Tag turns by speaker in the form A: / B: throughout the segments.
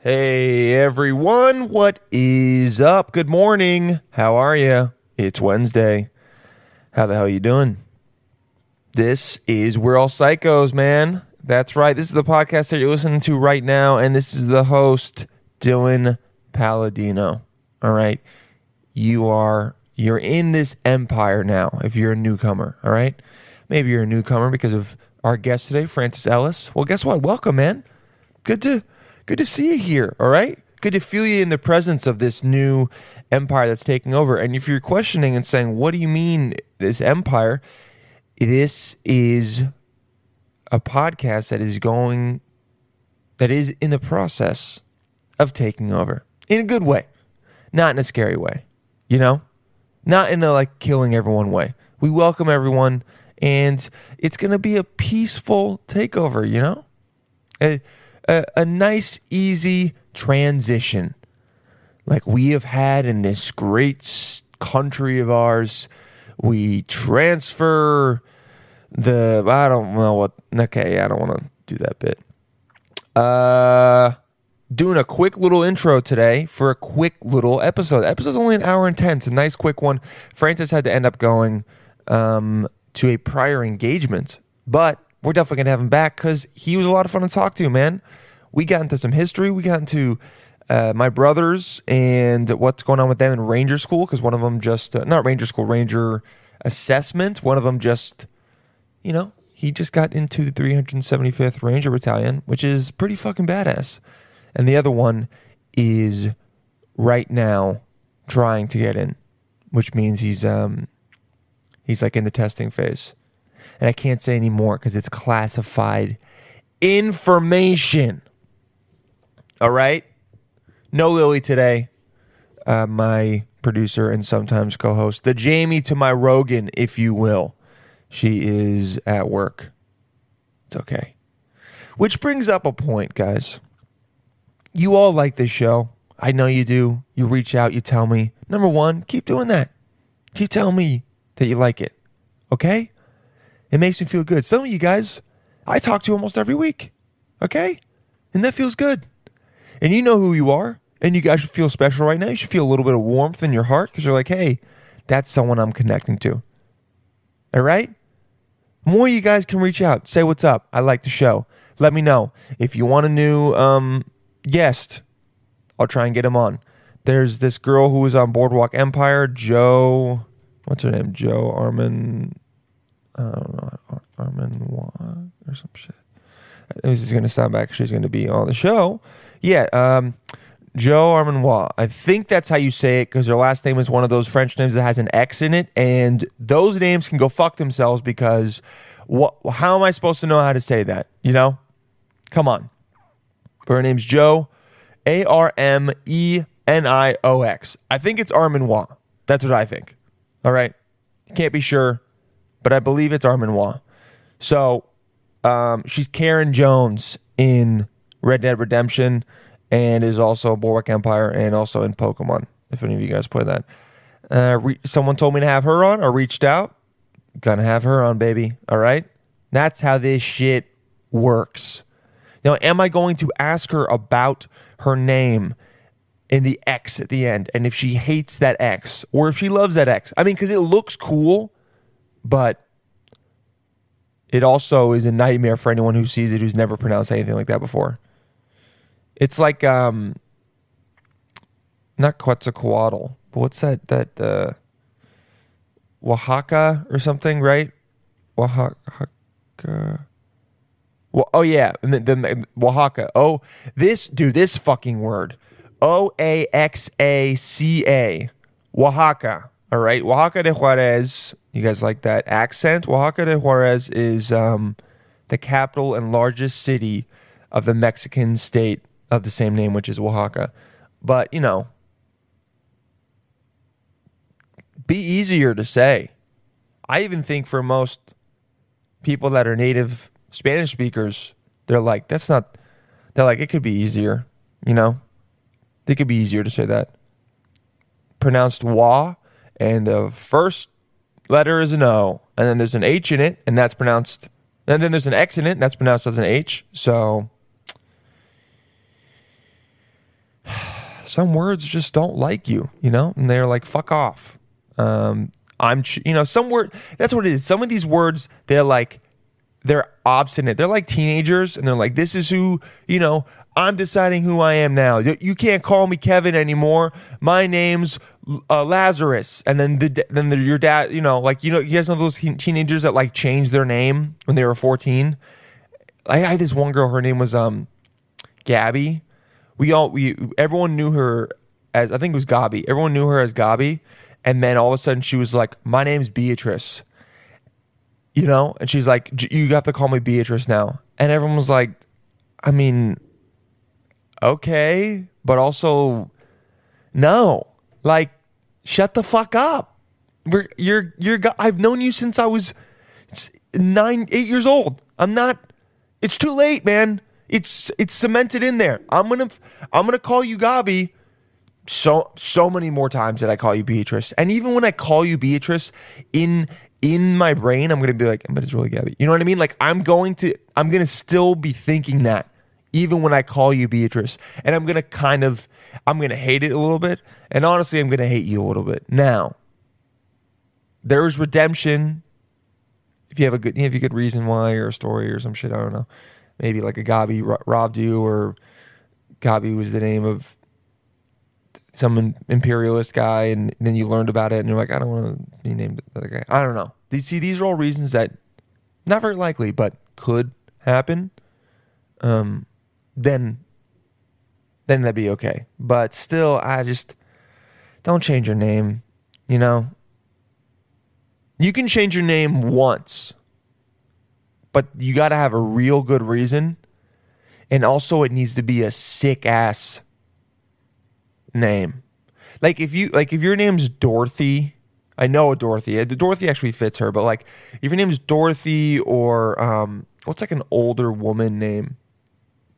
A: Hey everyone, what is up? Good morning. How are you? It's Wednesday. How the hell you doing? This is We're All Psychos, man. That's right. This is the podcast that you're listening to right now, and this is the host, Dylan Palladino. All right. You are you're in this empire now if you're a newcomer, all right? Maybe you're a newcomer because of our guest today, Francis Ellis. Well, guess what? Welcome, man. Good to good to see you here, all right? Good to feel you in the presence of this new empire that's taking over. And if you're questioning and saying, "What do you mean this empire?" This is a podcast that is going that is in the process of taking over in a good way, not in a scary way, you know, not in a like killing everyone way. We welcome everyone, and it's gonna be a peaceful takeover, you know, a, a, a nice, easy transition like we have had in this great s- country of ours. We transfer the I don't know what. Okay, I don't want to do that bit. Uh, doing a quick little intro today for a quick little episode. Episode's only an hour and ten. It's a nice quick one. Francis had to end up going um, to a prior engagement, but we're definitely gonna have him back because he was a lot of fun to talk to, man. We got into some history. We got into uh, my brothers and what's going on with them in Ranger School because one of them just uh, not Ranger School Ranger assessment. One of them just you know, he just got into the 375th Ranger Battalion, which is pretty fucking badass. And the other one is right now trying to get in, which means he's um he's like in the testing phase. And I can't say any more cuz it's classified information. All right? No Lily today. Uh, my producer and sometimes co-host, the Jamie to my Rogan, if you will. She is at work. It's okay. Which brings up a point, guys. You all like this show. I know you do. You reach out, you tell me. Number one, keep doing that. Keep telling me that you like it. Okay? It makes me feel good. Some of you guys I talk to almost every week. Okay? And that feels good. And you know who you are. And you guys should feel special right now. You should feel a little bit of warmth in your heart because you're like, hey, that's someone I'm connecting to. All right? More you guys can reach out. Say what's up. I like the show. Let me know. If you want a new um, guest, I'll try and get him on. There's this girl who was on Boardwalk Empire, Joe. What's her name? Joe Armin. I don't know. Ar- Armin Wa- or some shit. This is going to sound back. She's going to be on the show. Yeah. Um, Joe Armanois. I think that's how you say it because her last name is one of those French names that has an X in it, and those names can go fuck themselves because what? How am I supposed to know how to say that? You know? Come on. But her name's Joe, A R M E N I O X. I think it's Armanois. That's what I think. All right. Can't be sure, but I believe it's Armanois. So um, she's Karen Jones in Red Dead Redemption and is also Boardwalk Empire and also in Pokemon, if any of you guys play that. Uh, re- someone told me to have her on. I reached out. Gonna have her on, baby. All right? That's how this shit works. Now, am I going to ask her about her name in the X at the end and if she hates that X or if she loves that X? I mean, because it looks cool, but it also is a nightmare for anyone who sees it who's never pronounced anything like that before. It's like um not Quetzalcoatl, but what's that that uh Oaxaca or something, right? Oaxaca. Well, oh yeah, and the, the Oaxaca. Oh, this dude, this fucking word, O A X A C A, Oaxaca. All right, Oaxaca de Juarez. You guys like that accent? Oaxaca de Juarez is um, the capital and largest city of the Mexican state of the same name, which is Oaxaca. But you know, be easier to say. I even think for most people that are native Spanish speakers, they're like, that's not, they're like, it could be easier, you know? It could be easier to say that. Pronounced wa, and the first letter is an O, and then there's an H in it, and that's pronounced, and then there's an X in it, and that's pronounced as an H. So some words just don't like you, you know, and they're like, fuck off. Um, I'm, ch- you know, some word, that's what it is. Some of these words, they're like, they're obstinate. They're like teenagers and they're like, this is who, you know, I'm deciding who I am now. You you can't call me Kevin anymore. My name's uh, Lazarus. And then the, da- then the, your dad, you know, like, you know, you guys know those teen- teenagers that like changed their name when they were 14? I I had this one girl. Her name was um, Gabby. We all we everyone knew her as I think it was Gabi. Everyone knew her as Gabi, and then all of a sudden she was like, "My name's Beatrice," you know, and she's like, "J- "You have to call me Beatrice now." And everyone was like, "I mean, okay, but also, no, like, shut the fuck up." We're, you're you're Ga- I've known you since I was s- nine eight years old. I'm not it's too late, man. It's it's cemented in there. I'm gonna I'm gonna call you Gabi so so many more times that I call you Beatrice. And even when I call you Beatrice, in in my brain, I'm gonna be like, but it's really Gabby. You know what I mean? Like I'm going to I'm gonna still be thinking that even when I call you Beatrice. And I'm gonna kind of I'm gonna hate it a little bit. And honestly, I'm gonna hate you a little bit. Now, there is redemption if you have a good if you have a good reason why or a story or some shit. I don't know. Maybe like a Gabi ro- robbed you, or Gabi was the name of some im- imperialist guy, and then you learned about it, and you're like, I don't want to be named that guy. I don't know. These see, these are all reasons that not very likely, but could happen. Um, then then that'd be okay. But still, I just don't change your name. You know, you can change your name once, but you got to have a real good reason. And also, it needs to be a sick ass name. Like if you like if your name's Dorothy, I know a Dorothy. uh, Dorothy actually fits her, but like if your name's Dorothy or um, what's like an older woman name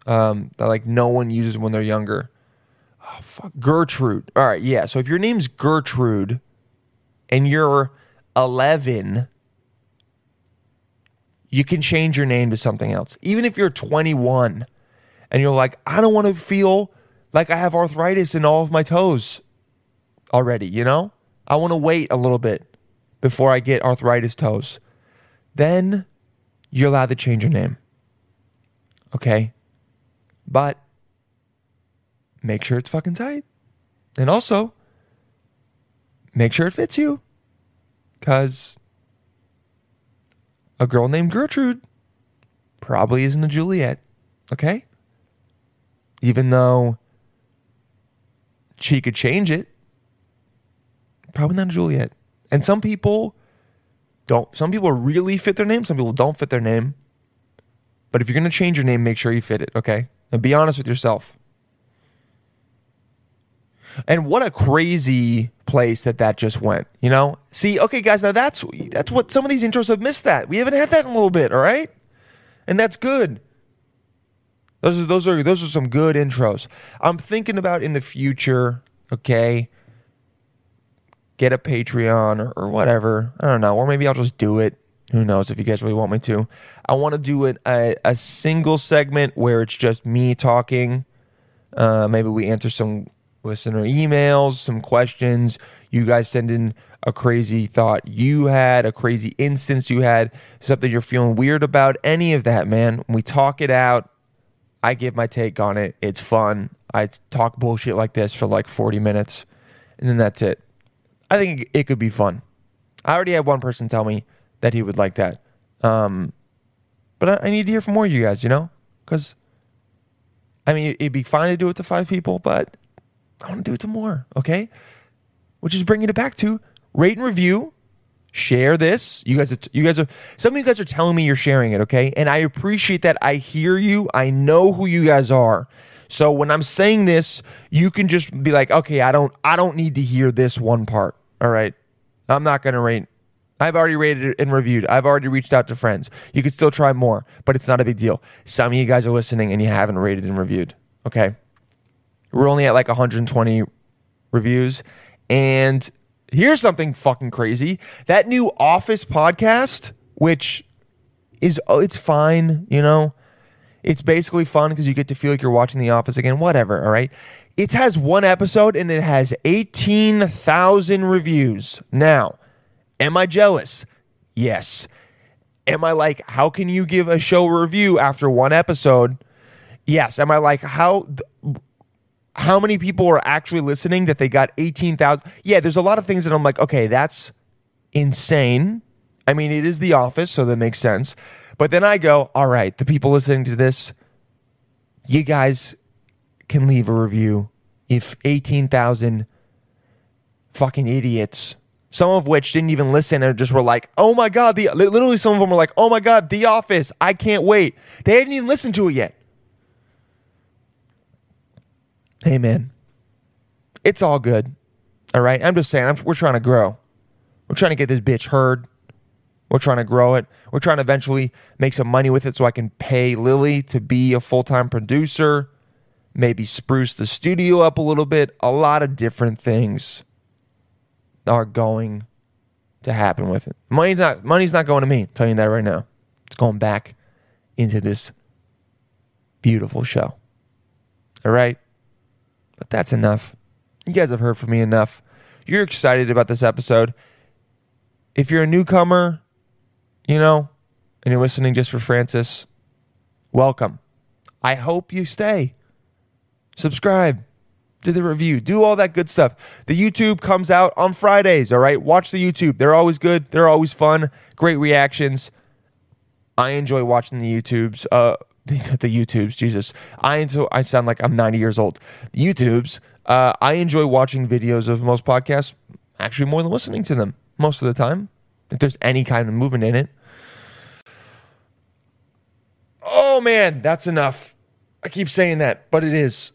A: um, that like no one uses when they're younger. Oh, fuck, Gertrude. All right, yeah. So if your name's Gertrude, and you're 11, you can change your name to something else. Even if you're 21 and you're like, I don't want to feel like I have arthritis in all of my toes already, you know? I want to wait a little bit before I get arthritis toes. Then you're allowed to change your name. Okay? But make sure it's fucking tight. And also, make sure it fits you. Because a girl named Gertrude probably isn't a Juliet, okay? Even though she could change it, probably not a Juliet. And some people don't, some people really fit their name, some people don't fit their name. But if you're going to change your name, make sure you fit it, okay? And be honest with yourself. And what a crazy place that that just went. You know, see, okay, guys, now that's that's what some of these intros have missed. That we haven't had that in a little bit. All right, and that's good. Those are those are those are some good intros. I'm thinking about in the future. Okay, get a Patreon or, or whatever. I don't know, or maybe I'll just do it. Who knows if you guys really want me to? I want to do it a, a single segment where it's just me talking. Uh, maybe we answer some listener emails, some questions. You guys send in a crazy thought you had, a crazy instance you had, something you're feeling weird about, any of that, man. We talk it out. I give my take on it. It's fun. I talk bullshit like this for like 40 minutes, and then that's it. I think it could be fun. I already had one person tell me that he would like that. Um, but I, I need to hear from more of you guys, you know? Because I mean, it'd be fine to do it to five people, but I want to do it to more, okay? Which is bringing it back to rate and review, share this. You guys, are, you guys are some of you guys are telling me you're sharing it, okay? And I appreciate that. I hear you. I know who you guys are. So when I'm saying this, you can just be like, okay, I don't, I don't need to hear this one part. All right, I'm not gonna rate. I've already rated it and reviewed. I've already reached out to friends. You could still try more, but it's not a big deal. Some of you guys are listening and you haven't rated and reviewed. Okay. We're only at like 120 reviews. And here's something fucking crazy. That new Office podcast, which is oh, it's fine, you know. It's basically fun because you get to feel like you're watching The Office again, whatever, all right? It has one episode and it has 18,000 reviews. Now, am I jealous? Yes. Am I like, how can you give a show a review after one episode? Yes. Am I like, how. how many people are actually listening that they got 18,000? Yeah, there's a lot of things that I'm like, okay, that's insane. I mean, it is The Office, so that makes sense. But then I go, all right, the people listening to this, you guys can leave a review if 18,000 fucking idiots, some of which didn't even listen and just were like, oh my God, the, literally some of them were like, oh my God, The Office, I can't wait. They hadn't even listened to it yet. Hey, man, it's all good. All right. I'm just saying, I'm, we're trying to grow. We're trying to get this bitch heard. We're trying to grow it. We're trying to eventually make some money with it so I can pay Lily to be a full time producer, maybe spruce the studio up a little bit. A lot of different things are going to happen with it. Money's not money's not going to me, I'm telling you that right now. It's going back into this beautiful show. All right? But that's enough. You guys have heard from me enough. You're excited about this episode. If you're a newcomer, you know, and you're listening just for Francis, welcome. I hope you stay. Subscribe, do the review, do all that good stuff. The YouTube comes out on Fridays, all right? Watch the YouTube. They're always good, they're always fun, great reactions. I enjoy watching the YouTubes. Uh, the, the YouTubes. Jesus, I into I sound like I'm 90 years old. The YouTubes. Uh, I enjoy watching videos of most podcasts, actually more than listening to them most of the time. If there's any kind of movement in it. Oh man, that's enough. I keep saying that, but it is.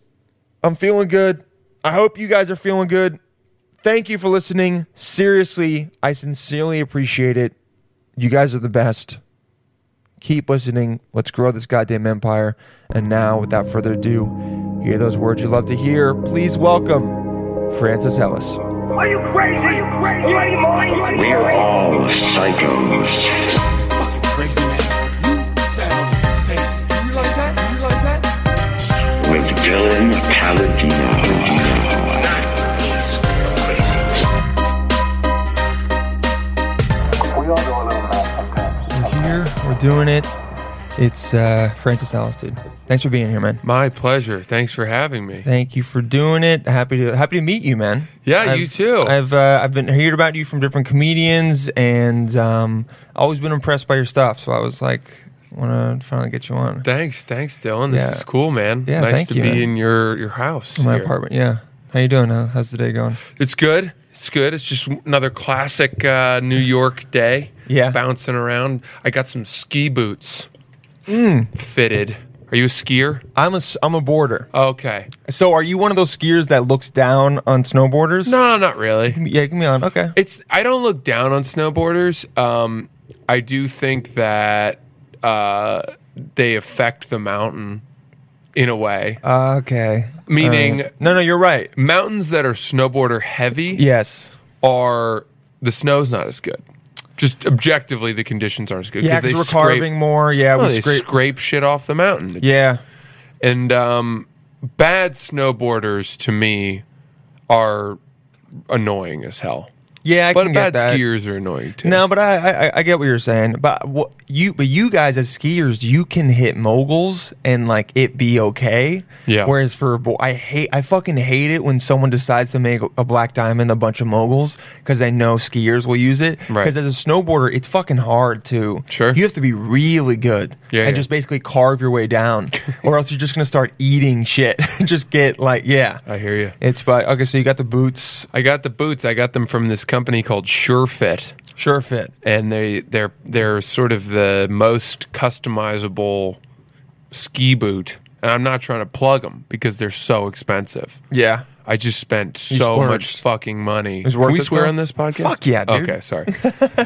A: I'm feeling good. I hope you guys are feeling good. Thank you for listening. Seriously, I sincerely appreciate it. You guys are the best keep listening. Let's grow this goddamn empire. And now, without further ado, hear those words you love to hear. Please welcome Francis Ellis.
B: Are you crazy? Are you crazy? Are you out of your mind?
C: We're all psychos.
D: crazy man. You sound insane. Do you realize that? Do you realize that?
C: with Dylan Paladino.
A: We're here. We're doing it. It's uh, Francis Ellis, dude. Thanks for being here, man.
E: My pleasure. Thanks for having me.
A: Thank you for doing it. Happy to happy to meet you, man.
E: Yeah, you too.
A: I've uh, I've been heard about you from different comedians, and um, always been impressed by your stuff. So I was like, want to finally get you on
E: Thanks, thanks, Dylan. This
A: Yeah.
E: is cool, man.
A: Yeah,
E: nice
A: thank
E: to
A: you,
E: be
A: man.
E: in your your house.
A: my
E: here.
A: apartment. Yeah, how you doing? Huh? How's the day going?
E: It's good. It's good. It's just another classic uh, New York day.
A: Yeah.
E: bouncing around. I got some ski boots
A: Mm.
E: fitted. Are you a skier?
A: I'm a s- I'm a boarder.
E: Okay.
A: So are you one of those skiers that looks down on snowboarders?
E: No, not really.
A: Yeah, give me on. Okay.
E: It's I don't look down on snowboarders. Um, I do think that uh, they affect the mountain in a way.
A: Okay.
E: Meaning-
A: Uh, no, no, you're right.
E: Mountains that are snowboarder heavy
A: Yes.
E: are the snow's not as good. Just objectively, the conditions aren't as good.
A: Yeah,
E: 'cause
A: because we're
E: scrape-
A: carving more. Yeah,
E: no,
A: we
E: they
A: scrape.
E: scrape shit off the mountain.
A: yeah.
E: And um, bad snowboarders to me are annoying as hell.
A: Yeah, I
E: But
A: can get
E: bad
A: that.
E: skiers are annoying too.
A: No, but I, I- I I get what you're saying. But what you but you guys as skiers, you can hit moguls and like it be okay.
E: Yeah.
A: Whereas for a bo- I hate I fucking hate it when someone decides to make a black diamond a bunch of moguls because they know skiers will use it.
E: Right.
A: Because as a snowboarder, it's fucking hard to.
E: Sure.
A: You have to be really good.
E: Yeah,
A: And
E: yeah.
A: just basically carve your way down, or else you're just gonna start eating shit. just get like yeah.
E: I hear you.
A: It's but okay. So you got the boots,
E: I got the boots. I got them from this company called SureFit,
A: sure fit.
E: and they they're they're sort of the most customizable ski boot. And I'm not trying to plug them because they're so expensive.
A: Yeah.
E: I just spent so much
A: splurged.
E: fucking money.
A: was it worth
E: Can we
A: it,
E: swear
A: though?
E: on this podcast?
A: Fuck yeah, dude.
E: Okay, sorry.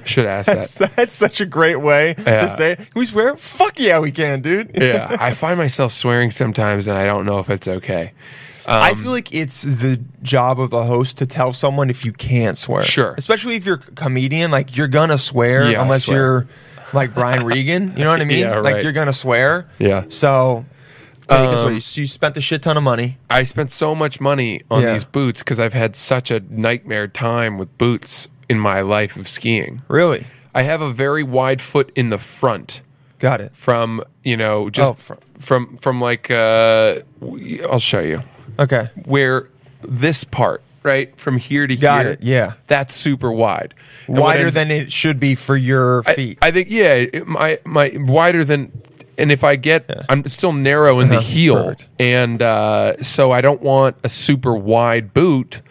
E: Should ask that.
A: That's such a great way to
E: Yeah.
A: say. It. Can we swear? Fuck yeah, we can, dude.
E: yeah, I find myself swearing sometimes, and I don't know if it's okay.
A: I
E: um,
A: feel like it's the job of the host to tell someone if you can't swear.
E: Sure.
A: Especially if you're a comedian, like you're gonna swear
E: Yeah, I
A: unless
E: swear.
A: you're like Brian Regan. You know what I mean?
E: Yeah,
A: Like
E: right.
A: you're gonna swear.
E: Yeah. Um,
A: So, I think that's what you, you spent a shit ton of money.
E: I spent so much money on
A: Yeah.
E: these boots because I've had such a nightmare time with boots in my life of skiing.
A: Really?
E: I have a very wide foot in the front
A: Got it.
E: from you know just
A: Oh, fr-
E: from from like uh, w- I'll show you
A: Okay.
E: where this part right from here to
A: Got
E: here.
A: it, yeah.
E: that's super wide. And what
A: Wider
E: ends-
A: than it should be for your
E: I-
A: feet.
E: I, think yeah, it- my my wider than, and if I get, I'm still narrow in the
A: Uh-huh,
E: heel,
A: perfect.
E: and uh, so I don't want a super wide boot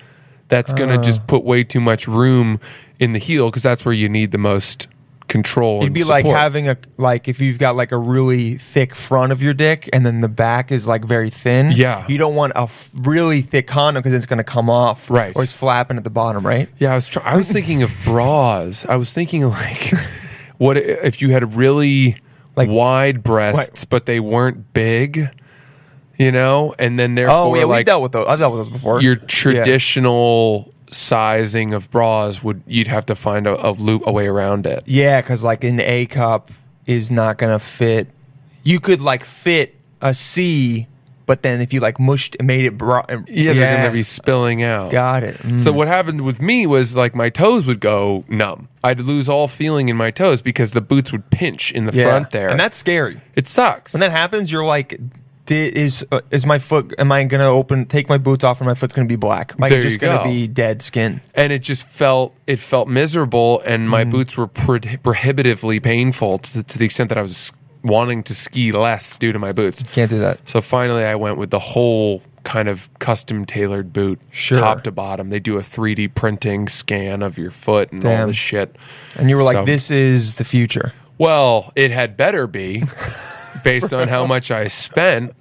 E: that's gonna
A: Ah.
E: just put way too much room in the heel because that's where you need the most control.
A: It'd
E: and
A: be like
E: support.
A: having a like if you've got like a really thick front of your dick and then the back is like very thin.
E: Yeah.
A: You don't want a f- really thick condom because it's gonna come off.
E: Right.
A: Or it's flapping at the bottom. Right.
E: Yeah, I was try- I was thinking of bras. I was thinking like, what i- if you had really
A: Like-
E: wide breasts, but they weren't big, you know? And then therefore,
A: Oh yeah, we
E: like
A: dealt with those. I dealt with those before.
E: your
A: Yeah.
E: traditional sizing of bras would you'd have to find a, a loop a way around it.
A: Yeah, because like an A cup is not gonna fit. You could like fit a C, but then if you like mushed and made it bra,
E: Yeah, they're gonna be spilling out.
A: got it. Mm.
E: So what happened with me was like my toes would go numb. I'd lose all feeling in my toes because the boots would pinch in the
A: Yeah.
E: front there.
A: and that's scary.
E: it sucks.
A: When that happens, you're like, "Di- is uh, is my foot? Am I gonna open? Take my boots off, and my foot's gonna be black? Like
E: There
A: it's just
E: you
A: gonna
E: go.
A: be dead skin.
E: and it just felt it felt miserable and my
A: Mm-hmm.
E: boots were pro- prohibitively painful to, to the extent that i was wanting to ski less due to my boots
A: Can't do that.
E: so finally i went with the whole kind of custom tailored boot
A: Sure.
E: top to bottom they do a 3d printing scan of your foot and all
A: Damn.
E: this shit
A: And you were
E: So-
A: like, this is the future.
E: well, it had better be based on how much I spent.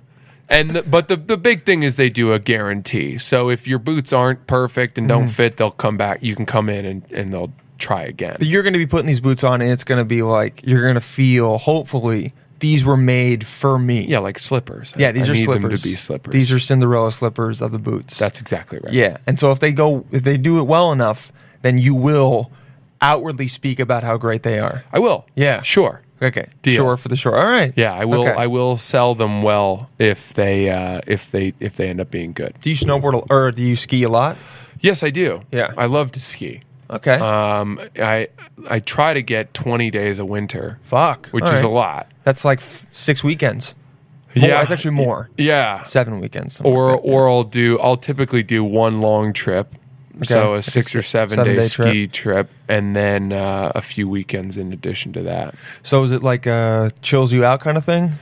E: And the, but the the big thing is they do a guarantee. So if your boots aren't perfect and
A: Mm.
E: don't fit, they'll come back. You can come in and, and they'll try again.
A: But you're gonna be putting these boots on, and it's gonna be like you're gonna feel. Hopefully, these were made for me.
E: yeah, like slippers.
A: Yeah, these
E: I
A: are
E: need
A: slippers.
E: Them to be slippers.
A: These are Cinderella slippers of the boots.
E: that's exactly right.
A: yeah. And so if they go, if they do it well enough, then you will outwardly speak about how great they are.
E: I will.
A: Yeah.
E: sure.
A: Okay,
E: Deal.
A: sure for the sure. All right.
E: Yeah, I will.
A: Okay.
E: I will sell them well if they uh, if they if they end up being good.
A: Do you snowboard a- or do you ski a lot?
E: Yes, I do.
A: Yeah.
E: I love to ski.
A: Okay.
E: Um, I I try to get twenty days a winter,
A: Fuck.
E: which
A: All
E: is a
A: right.
E: lot.
A: That's like f- six weekends. More,
E: Yeah.
A: it's actually more.
E: Yeah.
A: Seven weekends. something
E: Or
A: like that.
E: or I'll do I'll typically do one long trip. So
A: Like
E: a
A: a
E: six or
A: si-
E: seven,
A: seven
E: day,
A: day trip.
E: ski trip, and then uh, a few weekends in addition to that.
A: so is it like a chills you out kind of thing?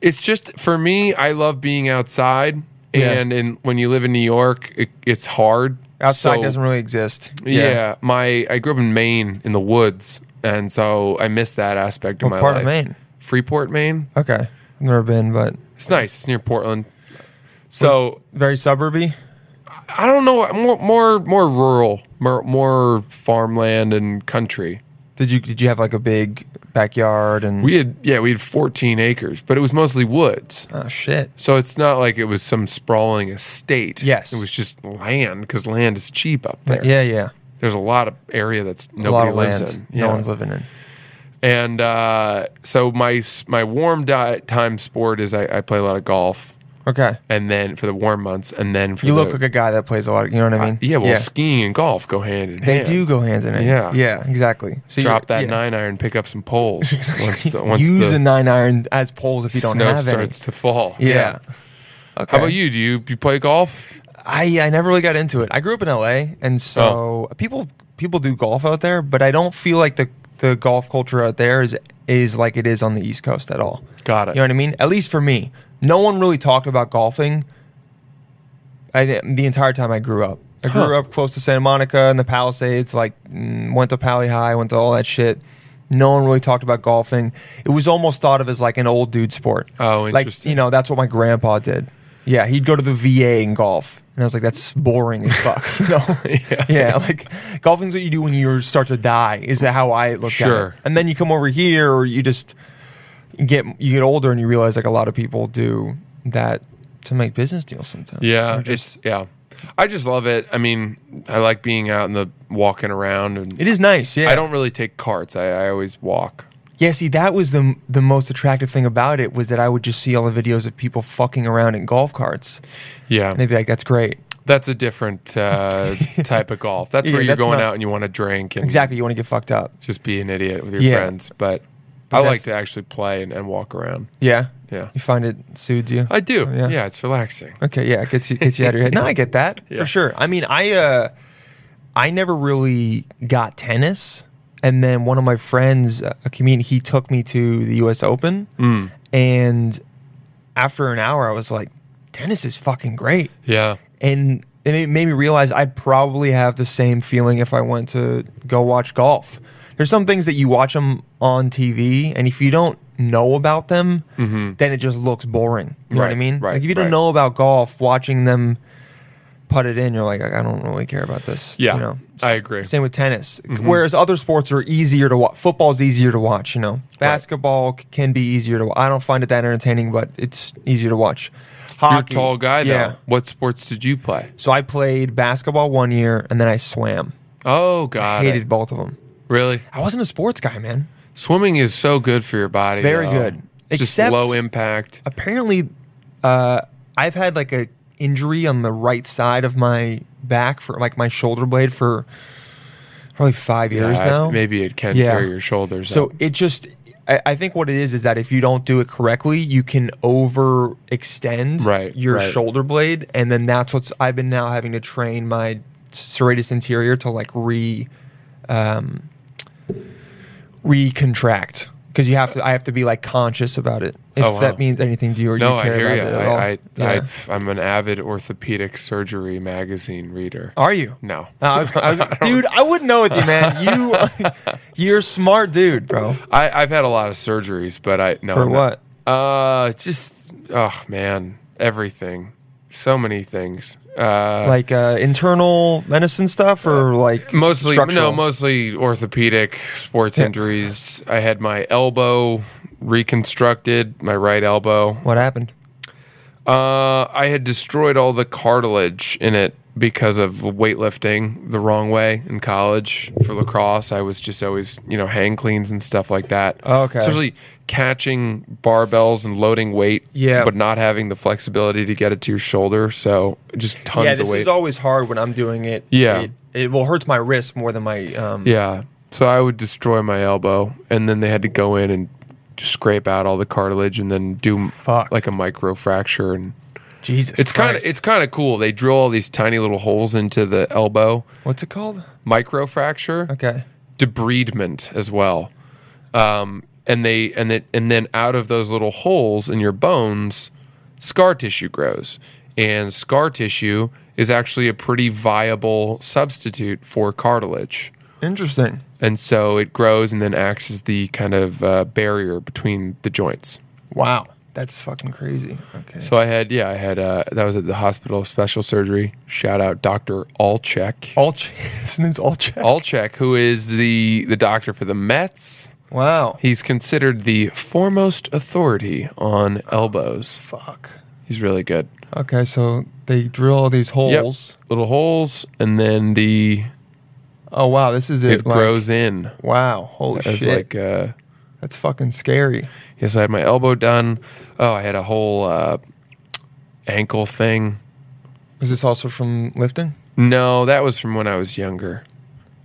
E: It's just for me, I love being outside,
A: Yeah.
E: and in, when you live in New York, it, it's hard.
A: Outside
E: So-
A: doesn't really exist.
E: Yeah. my I grew up in Maine in the woods, and so I miss that aspect of
A: What
E: my
A: part
E: life.
A: of Maine?
E: Freeport, Maine.
A: Okay. I've never been, but
E: It's nice. It's near Portland. So
A: very suburby.
E: I don't know more more more rural, more, more farmland and country.
A: Did you did you have like a big backyard and
E: We had yeah, we had 14 acres, but it was mostly woods.
A: oh shit?
E: So it's not like it was some sprawling estate.
A: Yes.
E: it was just land because land is cheap up there.
A: Yeah, yeah.
E: there's a lot of area that's
A: a lot
E: nobody
A: of
E: lives
A: land.
E: in.
A: No
E: Yeah.
A: one's living in.
E: And uh, so my s- my warm di- time sport is I, I play a lot of golf,
A: Okay.
E: and then for the warm months, and then for
A: You
E: the,
A: look like a guy that plays a lot. Of, you know what I mean?
E: yeah, well, skiing and golf go hand in
A: they
E: hand.
A: do go hands in hand.
E: Yeah.
A: yeah, exactly. So you're-
E: drop that
A: yeah.
E: nine iron, pick up some poles. Once the, once
A: Use
E: the
A: a nine iron as poles if you don't
E: snow
A: have any.
E: starts to fall.
A: Yeah. Okay.
E: How about you? Do you, you play golf?
A: I I never really got into it. I grew up in LA, and
E: Oh.
A: so people people do golf out there, but I don't feel like the the golf culture out there is is like it is on the East Coast at all.
E: Got
A: You
E: it.
A: know what I mean? At least for me, no one really talked about golfing. I thi- the entire time I grew up. I grew
E: Huh.
A: up close to Santa Monica and the Palisades. Like mm, went to Pally High, went to all that shit. No one really talked about golfing. It was almost thought of as like an old dude sport.
E: Oh,
A: Like
E: interesting.
A: you know, that's what my grandpa did. Yeah, he'd go to the VA and golf, and I was like, that's boring as fuck. You know? yeah. like golfing's what you do when you start to die. Is that how I look at
E: Sure.
A: it? And then you come over here, or you just get you get older and you realize like a lot of people do that to make business deals sometimes.
E: Yeah,
A: Or just-
E: it's yeah. I just love it. I mean, I like being out in the walking around, and
A: it is nice. Yeah,
E: I don't really take carts. I, I always walk.
A: Yeah, see, that was the the most attractive thing about it was that I would just see all the videos of people fucking around in golf carts,
E: Yeah,
A: and they'd be like, "That's
E: Mm.
A: great."
E: that's a different uh, type of golf. That's
A: Yeah,
E: where you're
A: that's
E: going
A: not-
E: out and you want to drink and
A: Exactly, you want to get fucked up?
E: just be an idiot with your
A: Yeah.
E: friends. But, I
A: that's-
E: like to actually play and, and walk around.
A: Yeah,
E: Yeah.
A: You find it soothes you.
E: I do.
A: Yeah.
E: Yeah, it's relaxing.
A: Okay, yeah, it gets you gets you out of your head. No, I get that
E: Yeah.
A: for sure. I mean, I uh, I never really got tennis, and then one of my friends, a comedian, he took me to the U.S. Open, and after an hour, I was like, tennis is fucking great,
E: Yeah,
A: and and it made me realize I'd probably have the same feeling if I went to go watch golf. There's some things that you watch them on TV, and if you don't know about them, then it just looks boring. You know what I
E: Mm-hmm. Right,
A: mean?
E: right,
A: like if you don't
E: right.
A: know about golf, watching them putt it in, you're like, I don't really care about this.
E: Yeah,
A: you know?
E: I agree. Mm-hmm.
A: Same with tennis. Whereas other sports are easier to watch. Football's easier to watch. You know, basketball c- can be easier to. wa- I don't find it that entertaining, but it's easier to watch. Hockey,
E: you're a tall guy though.
A: Yeah.
E: What sports did you play?
A: So I played basketball one year and then I swam.
E: Oh God,
A: Hated both of them.
E: really.
A: I wasn't a sports guy, man.
E: Swimming is so good for your body.
A: Very
E: though.
A: good.
E: Just
A: Except-
E: low impact.
A: Apparently, uh, I've had like a injury on the right side of my back for like my shoulder blade for probably five years
E: Yeah,
A: now.
E: Maybe it can
A: Yeah.
E: tear your shoulders.
A: So
E: up.
A: it just, I, I think what it is is that if you don't do it correctly, you can overextend
E: Right,
A: your
E: right.
A: shoulder blade, and then that's what's. I've been now having to train my serratus anterior to like re, um, recontract because you have to. I have to be like conscious about it. If
E: Oh, wow.
A: that means anything to you, or
E: no,
A: you
E: I
A: care
E: hear
A: about
E: you.
A: it at all.
E: I, I,
A: Yeah.
E: I, I'm an avid orthopedic surgery magazine reader.
A: Are you?
E: No.
A: No, I was, I was, dude, I wouldn't know with you, man. You, you're a smart, dude, bro.
E: I, I've had a lot of surgeries, but I Oh, no.
A: For
E: I'm
A: what?
E: not- Uh, just oh man, everything, so many things. Uh,
A: like uh, internal medicine stuff or like
E: mostly
A: structural?
E: no, mostly orthopedic sports injuries. I had my elbow reconstructed, my right elbow.
A: what happened
E: Uh, I had destroyed all the cartilage in it because of weightlifting the wrong way in college for lacrosse. I was just always, you know, hang cleans and stuff like that.
A: Oh, Okay.
E: Especially catching barbells and loading weight,
A: Yeah.
E: but not having the flexibility to get it to your shoulder. So just tons
A: yeah this
E: of weight.
A: is always hard when i'm doing it
E: Yeah.
A: it, it will hurts my wrist more than my um
E: yeah. So I would destroy my elbow, and then they had to go in and scrape out all the cartilage, and then do
A: Fuck.
E: like a micro fracture and.
A: jesus
E: It's kind of
A: Christ.
E: it's kind of cool. They drill all these tiny little holes into the elbow,
A: what's it called
E: microfracture,
A: okay
E: debridement as well, um, and they and it and then out of those little holes in your bones, scar tissue grows, and scar tissue is actually a pretty viable substitute for cartilage,
A: interesting
E: and so it grows and then acts as the kind of uh, barrier between the joints.
A: wow that's fucking crazy okay
E: So I had yeah I had uh, that was at the hospital of special surgery. Shout out Doctor Allcheck.
A: all ch- his name's all check
E: Alchek, who is the the doctor for the Mets.
A: wow
E: He's considered the foremost authority on elbows.
A: fuck
E: He's really good.
A: okay so they drill all these
E: Yep.
A: holes
E: Little holes, and then the
A: oh wow this is it,
E: it
A: like-
E: grows in.
A: wow holy
E: As
A: shit
E: like uh
A: that's fucking scary
E: yes, I had my elbow done. Oh, I had a whole uh ankle thing.
A: is this also from lifting
E: No, that was from when I was younger.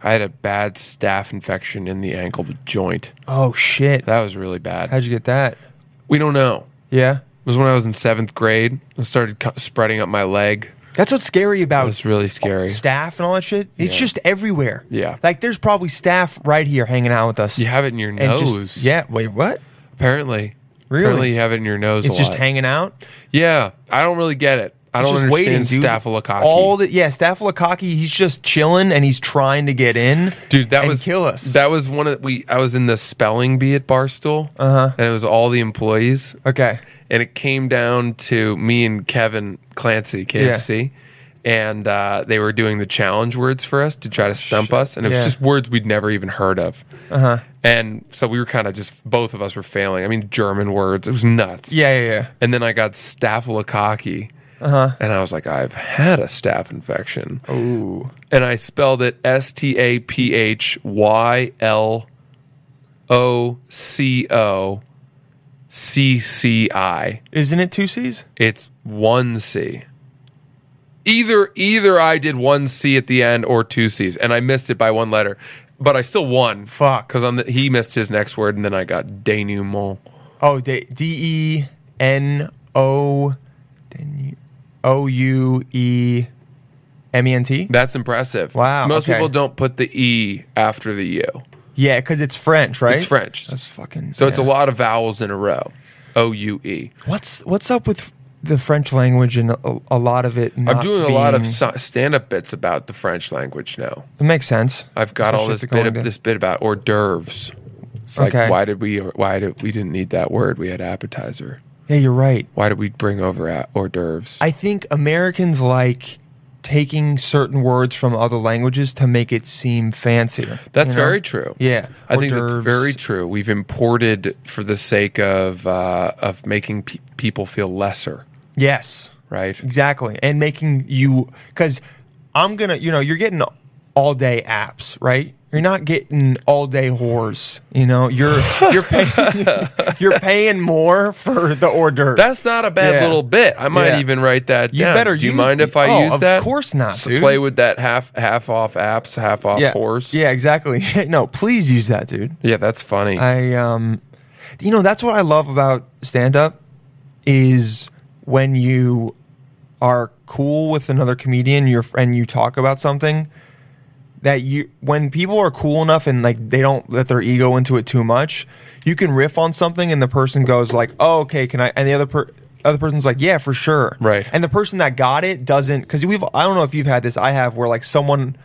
E: I had a bad staph infection in the ankle joint.
A: oh shit
E: That was really bad.
A: how'd you get that
E: We don't know.
A: yeah
E: It was when I was in seventh grade. I started cu- spreading up my leg.
A: that's what's scary about
E: That was really scary.
A: staff and all that shit. It's
E: Yeah.
A: just everywhere.
E: Yeah.
A: Like there's probably staff right here hanging out with us.
E: You have it in your
A: And
E: nose.
A: just- yeah. Wait, what?
E: Apparently.
A: Really?
E: Apparently you have it in your nose.
A: It's
E: a
A: just
E: lot.
A: hanging out.
E: Yeah. I don't really get it. I
A: It's
E: don't
A: just
E: understand
A: waiting, dude.
E: staphylococci.
A: All the yeah, staphylococci. He's just chilling and he's trying to get in.
E: dude, that
A: and
E: was
A: kill us.
E: That was one of we I was in the spelling bee at Barstool. Uh-huh. And it was all the employees.
A: okay.
E: and it came down to me and Kevin Clancy, KFC, and uh, they were doing the challenge words for us to try to stump us, and it was
A: Yeah.
E: just words we'd never even heard of. Uh-huh. And so we were kind of just both of us were failing. I mean, German words, it was nuts.
A: Yeah, yeah, yeah.
E: And then I got staphylococci. Uh-huh. And I was like, I've had a staph infection.
A: Ooh.
E: And I spelled it S T A P H Y L O C O C C I.
A: Isn't it two C's?
E: It's one C. Either either I did one C at the end or two C's, and I missed it by one letter, but I still won.
A: Fuck.
E: because on the, he missed his next word, and then I got denouement.
A: Oh, D E N O O U E M E N T.
E: That's impressive.
A: Wow,
E: most
A: okay.
E: people don't put the e after the u.
A: Yeah, because it's French, right?
E: It's French,
A: That's fucking.
E: so it's a
A: yeah.
E: lot of vowels in a row. O U E.
A: What's What's up with the French language and a, a lot of it?
E: I'm
A: not
E: doing a lot of
A: being-
E: si- stand-up bits about the French language now.
A: It makes sense.
E: I've got all
A: Especially
E: this
A: if they're
E: bit
A: going to-
E: this bit about hors d'oeuvres. It's like
A: Okay.
E: why did we why did we didn't need that word? We had appetizer.
A: Yeah, you're right.
E: Why did we bring over a- hors d'oeuvres?
A: I think Americans like taking certain words from other languages to make it seem fancier.
E: That's
A: you know?
E: very true.
A: Yeah,
E: I
A: hors
E: think that's
A: d'oeuvres.
E: very true. We've imported for the sake of uh, of making pe- people feel lesser,
A: Yes,
E: right?
A: exactly. And making you because I'm gonna, you know, you're getting all day apps, right? You're not getting all day whores. You know, you're you're paying you're paying more for the hors d'oeuvres.
E: That's not a bad
A: Yeah.
E: little bit. I might
A: Yeah.
E: even write that
A: You
E: down.
A: better
E: Do you
A: use-
E: mind if I
A: Oh,
E: use
A: of
E: that?
A: course not,
E: S-
A: dude.
E: Play with that half half off apps, half off
A: yeah,
E: horse.
A: yeah, exactly. no, please use that, dude.
E: yeah, that's funny.
A: I um you know that's what I love about stand up is when you are cool with another comedian your and you talk about something that you when people are cool enough and like they don't let their ego into it too much you can riff on something and the person goes like oh okay can I and the other per other person's like yeah for sure
E: Right.
A: and the person that got it doesn't because we've I don't know if you've had this I have where like someone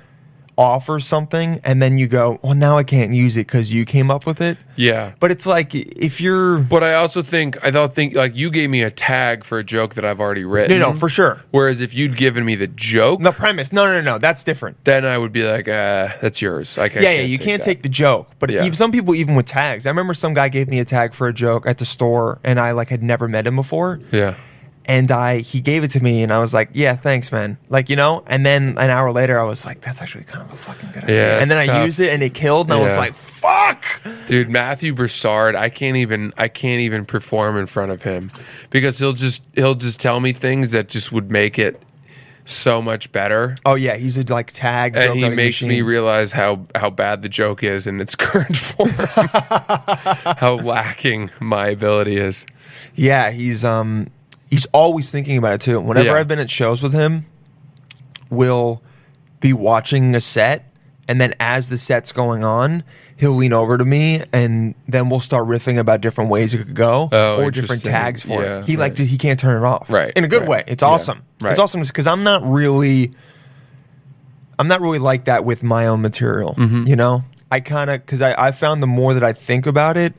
A: offers something and then you go well now I can't use it because you came up with it
E: yeah.
A: but it's like if you're
E: But I also think I don't think like you gave me a tag for a joke that I've already written.
A: no, for sure.
E: Whereas if you'd given me the joke,
A: Mm-hmm. the premise no no no no that's different
E: then I would be like, uh, that's yours. I can't,
A: yeah, yeah, you can't
E: that.
A: take the joke. But
E: Yeah.
A: even, some people, even with tags, I remember some guy gave me a tag for a joke at the store, and I like had never met him before.
E: Yeah.
A: And I, he gave it to me, and I was like, "Yeah, thanks, man." Like you know. And then an hour later, I was like, "That's actually kind of a fucking good idea."
E: Yeah,
A: and then I
E: it's tough.
A: used it, and it killed, and I was
E: Yeah.
A: like, "Fuck!"
E: Dude, Matthew Broussard, I can't even I can't even perform in front of him because he'll just he'll just tell me things that just would make it so much better.
A: Oh yeah, he's a like tag.
E: And
A: joke
E: he
A: writing
E: makes me
A: machine.
E: realize how how bad the joke is in its current form. how lacking my ability is.
A: Yeah, he's um he's always thinking about it too. Whenever
E: Yeah.
A: I've been at shows with him, we'll be watching a set and then as the set's going on, he'll lean over to me and then we'll start riffing about different ways it could go
E: Oh,
A: or different
E: interesting.
A: tags for
E: Yeah,
A: it. He like
E: right.
A: he can't turn it off.
E: Right,
A: In a good
E: right.
A: way. It's
E: Yeah,
A: awesome.
E: right.
A: It's awesome because I'm not really I'm not really like that with my own material.
E: Mm-hmm.
A: You know? I kind of because I, I found the more that I think about it,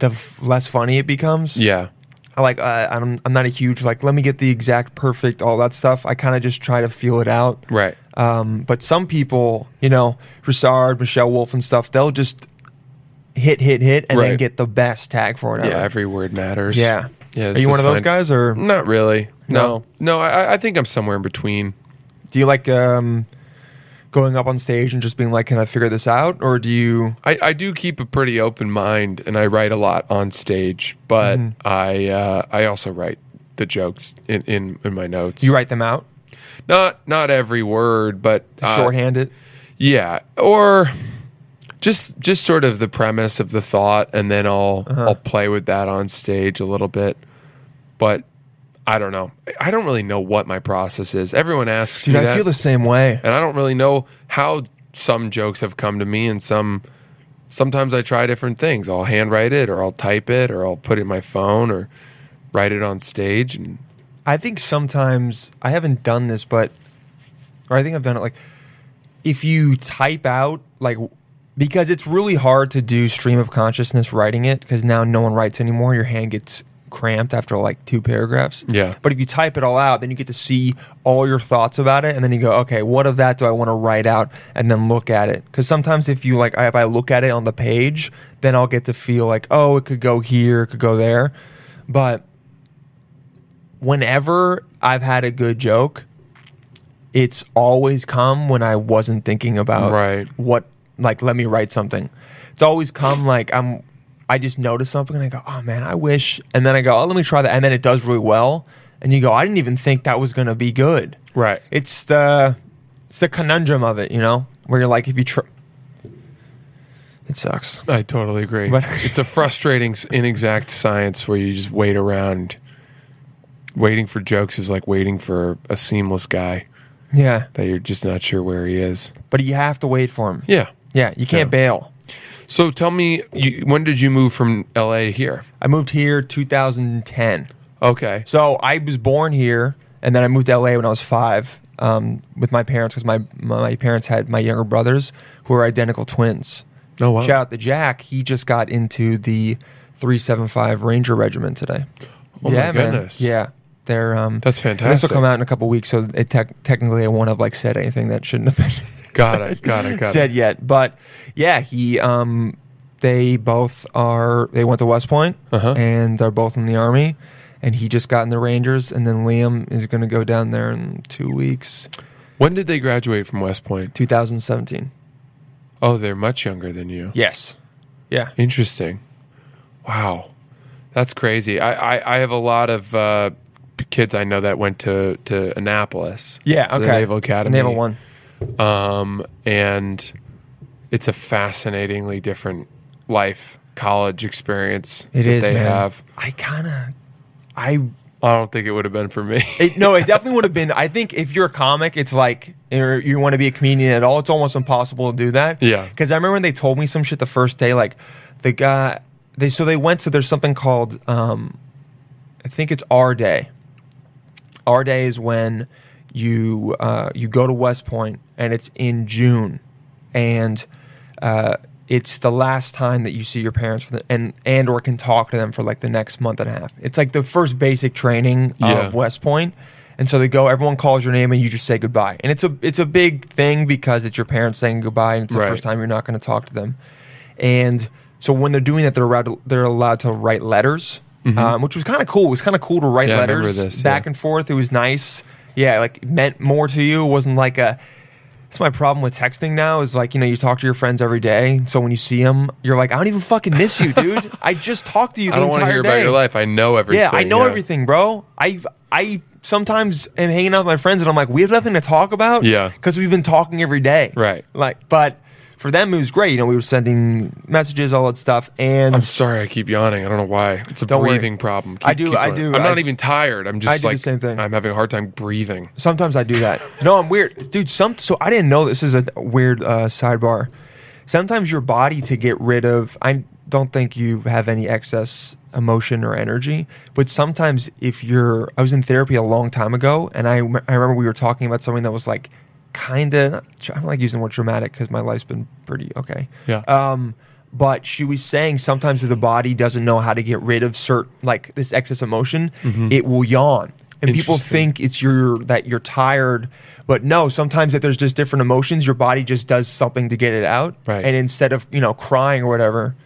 A: the f- less funny it becomes.
E: Yeah.
A: I like uh, I'm I'm not a huge like let me get the exact perfect all that stuff. I kind of just try to feel it out.
E: Right.
A: Um, but some people, you know, Broussard, Michelle Wolf, and stuff, they'll just hit, hit, hit, and
E: Right.
A: then get the best tag for it.
E: Yeah,
A: ever.
E: every word matters.
A: yeah,
E: Yeah.
A: Are
E: it's
A: you
E: the
A: one of those
E: sign-
A: guys, or
E: Not really. No.
A: No?
E: No, I, I think I'm somewhere in between.
A: do you like um, going up on stage and just being like, "Can I figure this out?" Or do you?
E: I, I do keep a pretty open mind and I write a lot on stage, but
A: Mm-hmm.
E: I uh, I also write the jokes in, in, in my notes.
A: You write them out,
E: not not every word, but uh,
A: shorthand it.
E: Yeah, or just just sort of the premise of the thought, and then I'll
A: Uh-huh.
E: I'll play with that on stage a little bit. But I don't know. I don't really know what my process is. Everyone asks
A: Dude,
E: me
A: I
E: that,
A: feel the same way.
E: and I don't really know how some jokes have come to me, and some. Sometimes I try different things. I'll handwrite it, or I'll type it, or I'll put it in my phone, or write it on stage. And
A: I think sometimes I haven't done this, but or I think I've done it like if you type out like because it's really hard to do stream of consciousness writing it because now no one writes anymore. Your hand gets cramped after like two paragraphs.
E: Yeah.
A: But if you type it all out, then you get to see all your thoughts about it, and then you go, okay, what of that do I want to write out, and then look at it. Because sometimes if you like, if I look at it on the page, then I'll get to feel like, oh, it could go here, it could go there, but whenever I've had a good joke, it's always come when I wasn't thinking about
E: Right.
A: what Like, let me write something. It's always come like I'm. I just notice something and I go, oh man, I wish. And then I go, oh, let me try that. And then it does really well. And you go, I didn't even think that was gonna be good.
E: Right.
A: It's the it's the conundrum of it, you know, where you're like, if you try, it sucks.
E: I totally agree.
A: But-
E: it's a frustrating, s- inexact science where you just wait around. Waiting for jokes is like waiting for a seamless guy
A: Yeah,
E: that you're just not sure where he is.
A: but you have to wait for him.
E: Yeah.
A: Yeah, you can't bail.
E: So tell me, you, when did you move from LA here?
A: I moved here 2010.
E: Okay.
A: So I was born here, and then I moved to LA when I was five um, with my parents because my my parents had my younger brothers who are identical twins.
E: Oh, wow.
A: Shout out to Jack. He just got into the 375 Ranger Regiment today.
E: Oh, my goodness.
A: Man. Yeah. They're, um,
E: That's
A: This will
E: fantastic.
A: come out in a couple weeks, so it tec- technically I won't have like said anything that shouldn't have been
E: Got it. Got it. Got
A: said
E: it.
A: yet. But yeah, he um they both are they went to West Point
E: Uh-huh.
A: and they're both in the army. And he just got in the Rangers and then Liam is gonna go down there in two weeks.
E: When did they graduate from West Point?
A: Two thousand seventeen.
E: Oh, they're much younger than you.
A: Yes. Yeah.
E: Interesting. Wow. That's crazy. I, I, I have a lot of uh, p- kids I know that went to, to Annapolis.
A: Yeah,
E: to
A: okay.
E: The Naval Academy.
A: Naval one.
E: Um, and it's a fascinatingly different life, college experience
A: It
E: that
A: is
E: they
A: man.
E: have.
A: I kinda I
E: I don't think it would have been for me.
A: it, no, it definitely would have been. I think if you're a comic, it's like or you want to be a comedian at all. It's almost impossible to do that.
E: Yeah.
A: Because I remember when they told me some shit the first day, like the guy. They so they went to there's something called um, I think it's R Day. R Day is when you uh, you go to West Point, and it's in June, and uh, it's the last time that you see your parents for the, and and or can talk to them for like the next month and a half. It's like the first basic training
E: Yeah.
A: of West Point. And so they go. Everyone calls your name, and you just say goodbye. And it's a it's a big thing because it's your parents saying goodbye, and it's the
E: Right.
A: first time you're not going to talk to them. And so when they're doing that, they're allowed they're allowed to write letters, um, which was kind of cool. It was kind of cool to write
E: Mm-hmm. Yeah, I remember
A: letters
E: this,
A: back
E: yeah.
A: and forth. It was nice. Yeah, like it meant more to you. It wasn't like a. That's my problem with texting now. Is like you know you talk to your friends every day, so when you see them, you're like, I don't even fucking miss you, dude. I just talked to you. The
E: I don't
A: entire
E: want to hear
A: day.
E: about your life. I know everything.
A: Yeah, I know everything, bro. I I sometimes am hanging out with my friends and I'm like, we have nothing to talk about.
E: Yeah.
A: because we've been talking every day.
E: Right.
A: Like, but for them it was great. You know, we were sending messages, all that stuff, and
E: I'm sorry, I keep yawning. I don't know why. It's a
A: Don't worry.
E: breathing problem.
A: I do- I
E: going.
A: do.
E: I'm
A: I-
E: not even tired. I'm just
A: I do the
E: like
A: same thing.
E: I'm having a hard time breathing.
A: Sometimes I do that. No, I'm weird, dude. Some so I didn't know this is a weird uh, sidebar. Sometimes your body to get rid of. I don't think you have any excess emotion or energy, but sometimes if you're, I was in therapy a long time ago, and I rem- I remember we were talking about something that was like kind of. I don't like using the word traumatic because my life's been pretty okay.
E: Yeah.
A: Um, but she was saying sometimes if the body doesn't know how to get rid of certain like this excess emotion, it will yawn. And people
E: Mm-hmm. Interesting.
A: think it's your that you're tired, but no. Sometimes if there's just different emotions, your body just does something to get it out.
E: Right.
A: And instead of you know crying or whatever,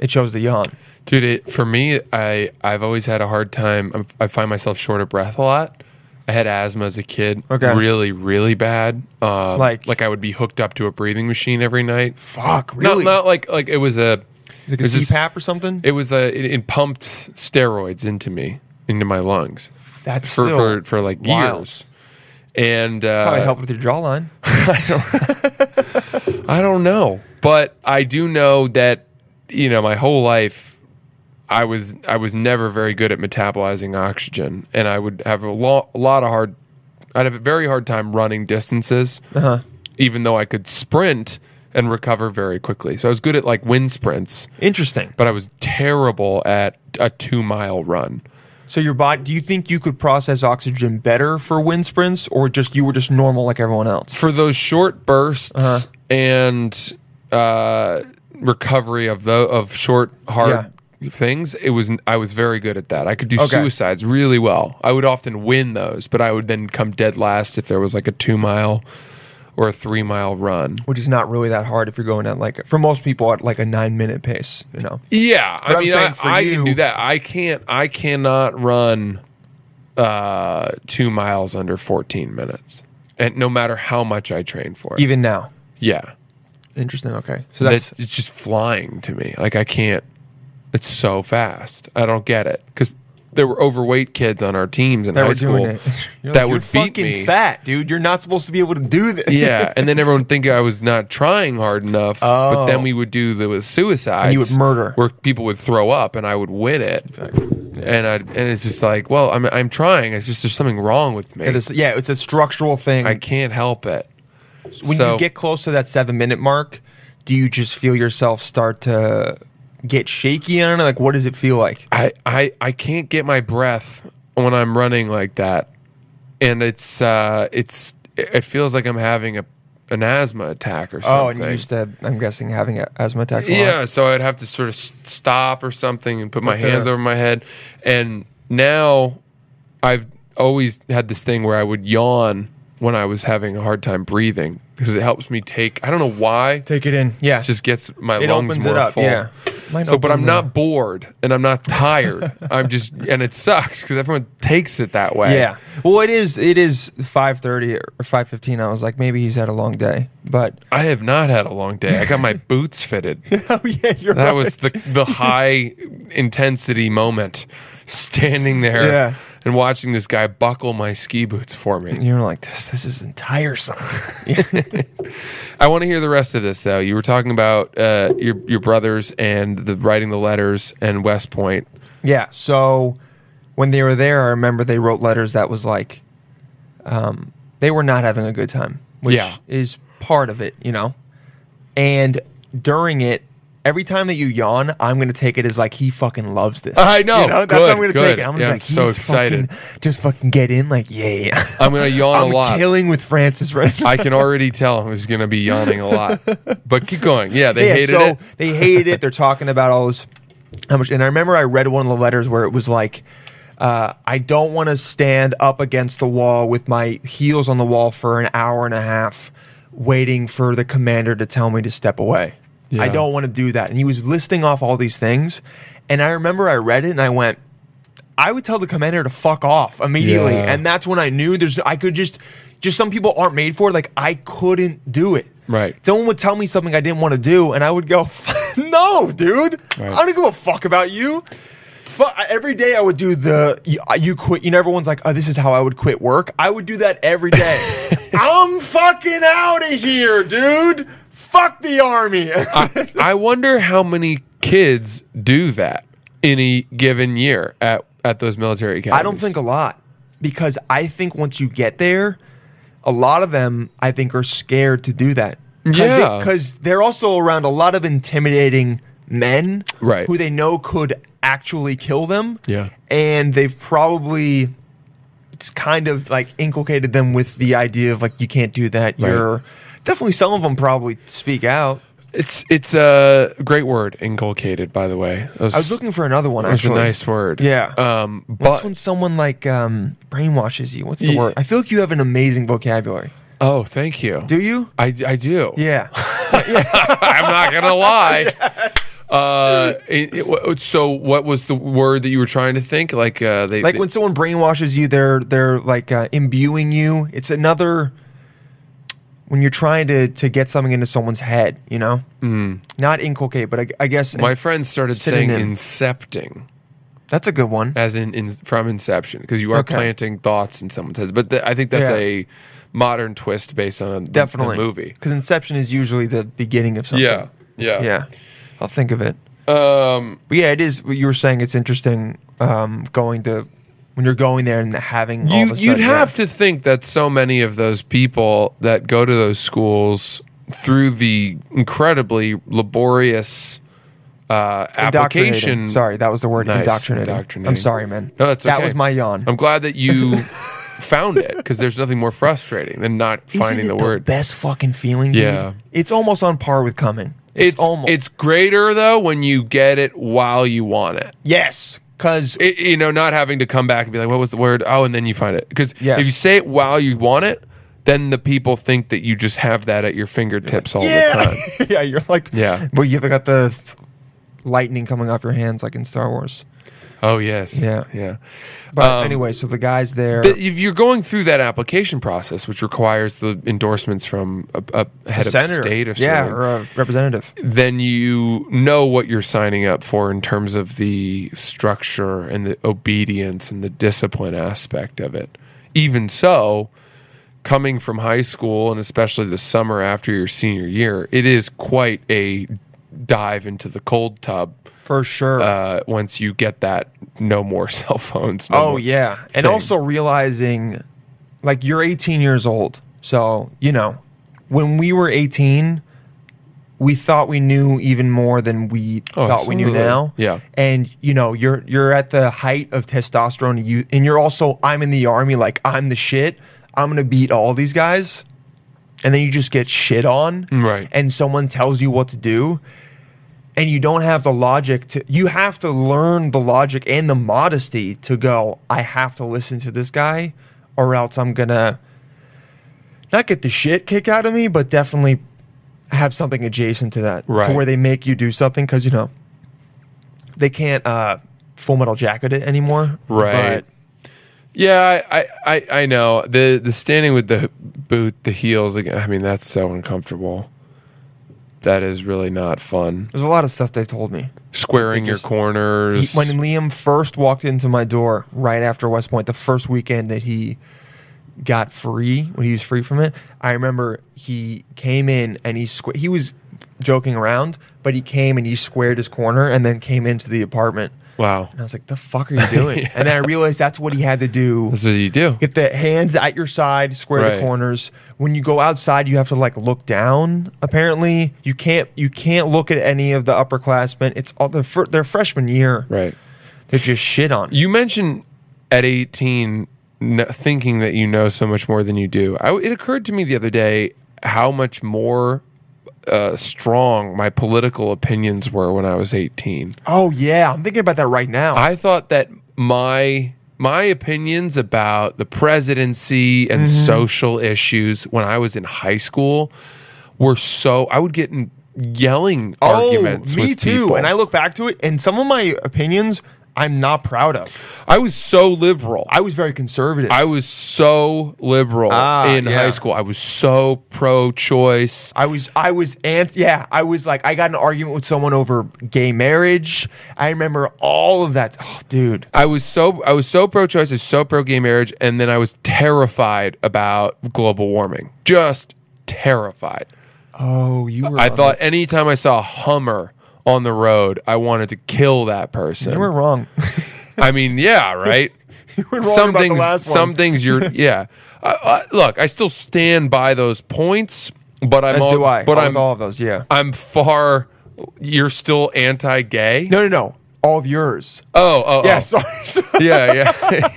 A: it shows the yawn.
E: Dude, it, for me, I I've always had a hard time. I'm, I find myself short of breath a lot. I had asthma as a kid,
A: Okay.
E: really, really bad. Um,
A: Like-
E: like, I would be hooked up to a breathing machine every night.
A: Fuck,
E: Not-
A: really?
E: Not, like like it was a
A: like a
E: it was just-
A: CPAP or something.
E: It was a it, it pumped s- steroids into me, into my lungs
A: That's
E: for
A: still
E: for, for like
A: wild.
E: years. And uh,
A: probably helped with your jawline.
E: I don't know, but I do know that you know my whole life I was I was never very good at metabolizing oxygen, and I would have a, lo- a lot of hard. I'd have a very hard time running distances, even though I could sprint and recover very quickly. So I was good at like wind sprints,
A: Interesting.
E: but I was terrible at a two mile run.
A: So your body? Do you think you could process oxygen better for wind sprints, or just you were just normal like everyone else?
E: for those short bursts
A: Uh-huh.
E: and uh, recovery of the of short hard things, it was I was very good at that. I could do
A: Okay.
E: suicides really well. I would often win those, but I would then come dead last if there was like a two mile or a three mile run.
A: Which is not really that hard if you're going at like for most people at like a nine minute pace. You know.
E: Yeah,
A: But
E: I
A: I'm
E: mean,
A: saying
E: I,
A: for
E: I
A: you-
E: can do that. I can't. I cannot run uh, two miles under fourteen minutes, and no matter how much I train for it.
A: Even now.
E: yeah.
A: Interesting. Okay. So that's
E: That's it's just flying to me. Like I can't. It's so fast. I don't get it because there were overweight kids on our teams in
A: that
E: high
A: we're
E: school
A: doing it. You're
E: that
A: like,
E: would
A: you're
E: beat
A: fucking
E: me.
A: fat, dude. You're not supposed to be able to do this.
E: yeah, and then everyone think I was not trying hard enough.
A: Oh.
E: But then we would do the suicide.
A: And you would murder.
E: where people would throw up, and I would win it. And I and it's just like, well, I'm I'm trying. It's just there's something wrong with me.
A: It is, yeah, it's a structural thing.
E: I can't help it.
A: when
E: so-
A: you get close to that seven minute mark, do you just feel yourself start to get shaky? I don't know. Like, what does it feel like?
E: I, I I can't get my breath when I'm running like that, and it's uh it's it feels like I'm having a an asthma attack or
A: Oh,
E: something.
A: and you used to, I'm guessing, having a- asthma attacks. A lot.
E: yeah, so I'd have to sort of s- stop or something and put my
A: Okay.
E: hands over my head, and now I've always had this thing where I would yawn when I was having a hard time breathing because it helps me take. I don't know why.
A: Take it in. Yeah.
E: It just gets my
A: It
E: lungs
A: opens
E: more
A: it up,
E: full.
A: yeah. Might
E: so, but
A: open
E: I'm
A: the-
E: not bored and I'm not tired. I'm just, and it sucks because everyone takes it that way.
A: Yeah. Well, it is. It is five thirty or five fifteen. I was like, maybe he's had a long day, but
E: I have not had a long day. I got my boots fitted.
A: oh yeah, you're
E: That was the the high intensity moment, standing there
A: Yeah.
E: and watching this guy buckle my ski boots for me.
A: You're like this. This is tiresome.
E: I want to hear the rest of this though. You were talking about uh, your your brothers and the writing the letters and West Point.
A: yeah. So when they were there, I remember they wrote letters that was like, um, they were not having a good time, which
E: Yeah.
A: is part of it, you know. And during it, every time that you yawn, I'm gonna take it as like he fucking loves this.
E: I know.
A: You know, that's
E: Good,
A: what I'm gonna take
E: good.
A: it. I'm gonna
E: Yeah,
A: be
E: I'm
A: like,
E: so
A: he's fucking- just fucking get in, like yeah. yeah.
E: I'm gonna yawn
A: I'm
E: a lot.
A: killing with Francis right now.
E: I can already tell who's going to be yawning a lot. But keep going. Yeah, they
A: yeah,
E: hated
A: so
E: it.
A: they hated it. They're talking about all this how much and I remember I read one of the letters where it was like uh, I don't want to stand up against the wall with my heels on the wall for an hour and a half waiting for the commander to tell me to step away. I
E: Yeah.
A: don't want to do that. And he was listing off all these things. And I remember I read it and I went, I would tell the commander to fuck off immediately.
E: Yeah.
A: And that's when I knew there's, I could just, just some people aren't made for it. Like I couldn't do it.
E: Right.
A: No one would tell me something I didn't want to do, and I would go, "No, dude,
E: Right.
A: I don't give a fuck about you." Fu- every day I would do the you, uh, you quit. You know, everyone's like, "Oh, this is how I would quit work." I would do that every day. I'm fucking out of here, dude. Fuck the army.
E: I, I wonder how many kids do that any given year at, at those military academies.
A: I don't think a lot because I think once you get there, a lot of them I think are scared to do that.
E: Yeah.
A: because they're also around a lot of intimidating men,
E: Right.
A: Who they know could actually kill them.
E: Yeah.
A: and they've probably it's kind of like inculcated them with the idea of like you can't do that.
E: Right.
A: You're definitely some of them probably speak out.
E: It's it's a great word, inculcated. By the way, that was,
A: I was looking for another one.
E: that was a
A: actually.
E: nice word.
A: Yeah.
E: Um,
A: That's
E: but
A: when someone like um, brainwashes you. What's the
E: Ye-
A: word? I feel like you have an amazing vocabulary.
E: oh, thank you.
A: Do you?
E: I, I do.
A: Yeah.
E: I'm not gonna lie. Uh, it- it wa- so what was the word that you were trying to think? Like uh, they
A: like when someone brainwashes you, they're they're like uh, imbuing you. It's another when you're trying to to get something into someone's head, you know. Mm.
E: Mm-hmm.
A: Not inculcate, but I, I guess
E: my friend started saying
A: Synonym.
E: incepting.
A: that's a good one.
E: as in, in from inception because you are
A: Okay.
E: planting thoughts in someone's head but th- i think that's
A: Yeah.
E: a modern twist based on the,
A: Definitely
E: the movie
A: because Inception is usually the beginning of something.
E: yeah yeah
A: yeah. I'll think of it.
E: um
A: But yeah, it is. You were saying it's interesting um, going to when you're going there and having all
E: you,
A: of a
E: you'd
A: sudden-
E: have to think that so many of those people that go to those schools through the incredibly laborious uh,
A: Indoctrinating.
E: application
A: Sorry, that was the word.
E: Nice,
A: Indoctrinating. I'm
E: indoctrinating.
A: sorry, man.
E: No, that's
A: That
E: okay.
A: was my yawn.
E: i'm glad that you found it because there's nothing more frustrating than not finding
A: Isn't it
E: the word
A: best fucking feeling. dude?
E: Yeah.
A: it's almost on par with coming. It's,
E: it's
A: almost
E: it's greater though when you get it while you want it.
A: yes, because
E: It- You know, not having to come back and be like, "What was the word?" Oh, and then you find it because
A: Yes.
E: if you say it while you want it, then the people think that you just have that at your fingertips all the
A: yeah,
E: time.
A: yeah, you're like
E: Yeah.
A: Well, you've got the th- lightning coming off your hands like in Star Wars.
E: Oh yes.
A: Yeah.
E: Yeah.
A: But
E: Um,
A: anyway, so the guy's there.
E: But if you're going through that application process, which requires the endorsements from a, a head of state or something,
A: yeah, or a representative.
E: then you know what you're signing up for in terms of the structure and the obedience and the discipline aspect of it. Even so, coming from high school and especially the summer after your senior year, it is quite a dive into the cold tub
A: For sure.
E: uh, once you get that no more cell phones. no
A: oh
E: more-
A: yeah, and
E: thing.
A: also realizing, like you're 18 years old, so you know, when we were 18, we thought we knew even more than we
E: Oh,
A: thought we knew
E: absolutely.
A: now.
E: Yeah.
A: and you know, you're you're at the height of testosterone, you and you're also I'm in the army, like I'm the shit. I'm gonna beat all these guys, and then you just get shit on,
E: Right.
A: And someone tells you what to do, and you don't have the logic to you have to learn the logic and the modesty to go i have to listen to this guy or else i'm gonna not get the shit kicked out of me but definitely have something adjacent to that
E: Right.
A: to where they make you do something because you know they can't uh full metal jacket it anymore
E: Right. Yeah, I, I, I, I know the the standing with the boot, the heels. ag- I mean, that's so uncomfortable. That is really not fun.
A: there's a lot of stuff they told me
E: Squaring your
A: just- He-
E: corners.
A: when Liam first walked into my door right after West Point, the first weekend that he got free, when he was free from it, I remember he came in and he squ- he was joking around, but he came and he squared his corner and then came into the apartment.
E: wow,
A: And I was like, "The fuck are you doing?"
E: Yeah.
A: And then I realized that's what he had to do.
E: that's what you do.
A: Get the hands at your side, square
E: Right.
A: the corners. When you go outside, you have to like look down. Apparently, you can't you can't look at any of the upperclassmen. It's all their fir- their freshman year.
E: Right.
A: They just shit on. You,
E: You mentioned at eighteen n- thinking that you know so much more than you do. I, it occurred to me the other day how much more uh, strong my political opinions were when I was eighteen.
A: oh yeah, I'm thinking about that right now.
E: I thought that my my opinions about the presidency and
A: Mm-hmm.
E: social issues when I was in high school were so I would get in yelling arguments
A: Oh, me
E: with
A: too.
E: people.
A: And I look back to it, and some of my opinions I'm not proud of.
E: I was so liberal. I,
A: I was very conservative.
E: I was so liberal
A: Ah,
E: in
A: yeah.
E: high school. I was so pro-choice.
A: I was I was ant yeah, I was like I got in an argument with someone over gay marriage. I remember all of that. Oh, dude.
E: I was so I was so pro-choice, I was so pro-gay marriage, and then I was terrified about global warming. Just terrified.
A: Oh, you were
E: I
A: on
E: thought anytime I saw a Hummer on the road, I wanted to kill that person.
A: that. you were wrong.
E: I mean, yeah, right.
A: you were wrong
E: some
A: about
E: things,
A: the last one.
E: some things you're, yeah. I, I, look, I still stand by those points, but I'm,
A: As
E: all,
A: do I.
E: but
A: All-
E: I'm,
A: all of those, yeah.
E: I'm far. You're still anti-gay.
A: No, no, no. All of yours.
E: Oh, oh, oh.
A: yeah, sorry. sorry.
E: yeah, yeah.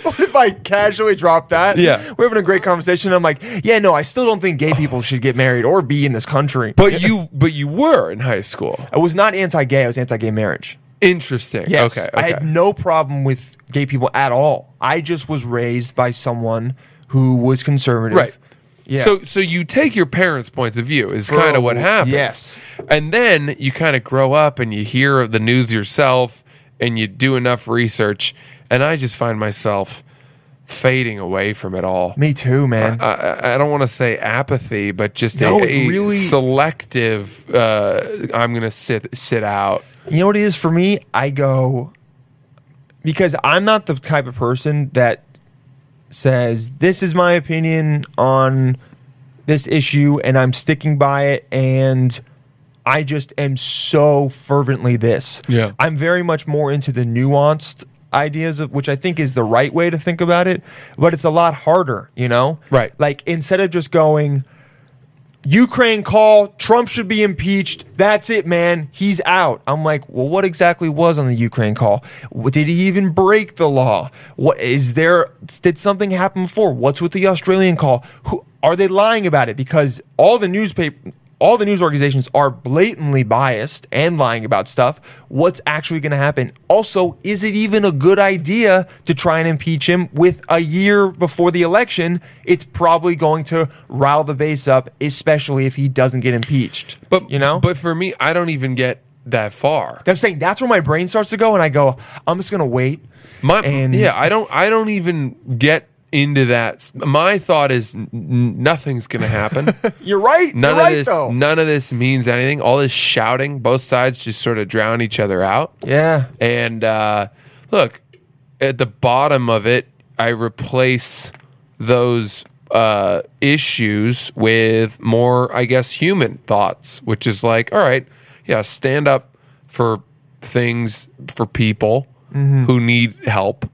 A: what if I casually drop that?
E: Yeah.
A: We're having a great conversation. I'm like, yeah, no, I still don't think gay people should get married or be in this country.
E: but you, but you were in high school.
A: I was not anti gay, I was anti gay marriage.
E: Interesting.
A: Yes.
E: Okay.
A: I
E: Okay.
A: had no problem with gay people at all. I just was raised by someone who was conservative.
E: Right.
A: Yeah.
E: So so you take your parents' points of view is kind of what happens.
A: yes.
E: And then you kind of grow up and you hear the news yourself and you do enough research and I just find myself fading away from it all.
A: Me too, man.
E: I- I, I don't want to say apathy, but just
A: No,
E: a,
A: it
E: a
A: really-
E: selective. Uh, I'm gonna sit sit out.
A: You know what it is for me? I go because I'm not the type of person that says this is my opinion on this issue and I'm sticking by it and I just am so fervently this.
E: Yeah.
A: I'm very much more into the nuanced ideas of which I think is the right way to think about it, but it's a lot harder, you know?
E: Right.
A: Like instead of just going Ukraine call, Trump should be impeached. That's it, man. He's out. I'm like, well, what exactly was on the Ukraine call? What- Did he even break the law? What is there? Did something happen before? What's with the Australian call? Who are they lying about it? Because all the newspaper, all the news organizations are blatantly biased and lying about stuff. What's actually going to happen? Also, is it even a good idea to try and impeach him with a year before the election? It's probably going to rile the base up, especially if he doesn't get impeached.
E: But
A: you know,
E: but for me, I don't even get that far.
A: I'm saying that's where my brain starts to go, and I go, I'm just gonna wait.
E: My
A: And-
E: yeah, I don't I don't even get into that. My thought is n- n- nothing's going to happen.
A: You're right.
E: None
A: You're
E: of
A: right,
E: this
A: Though.
E: none of this means anything. All this shouting, both sides just sort of drown each other out.
A: yeah.
E: And uh, look, at the bottom of it, I replace those uh, issues with more, I guess, human thoughts, which is like, all right, yeah, stand up for things for people who need help. Uh,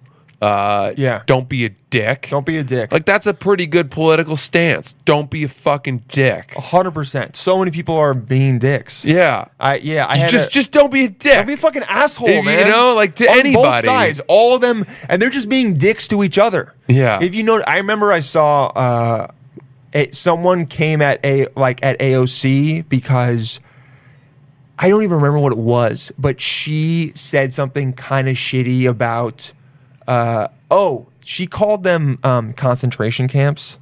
A: Mm-hmm. Yeah.
E: Don't be a dick.
A: Don't be a dick.
E: Like that's a pretty good political stance. Don't be a fucking dick.
A: hundred percent. So many people are being dicks.
E: Yeah.
A: I yeah. I
E: You
A: had
E: just
A: a-
E: just don't be a dick.
A: I'd be a fucking asshole,
E: If you
A: man.
E: know, like, to
A: On both
E: anybody.
A: sides, all of them, and they're just being dicks to each other.
E: Yeah.
A: If you know, I remember I saw uh, it, someone came at a like at AOC because I don't even remember what it was, but she said something kind of shitty about. Uh, oh, she called them um, concentration camps.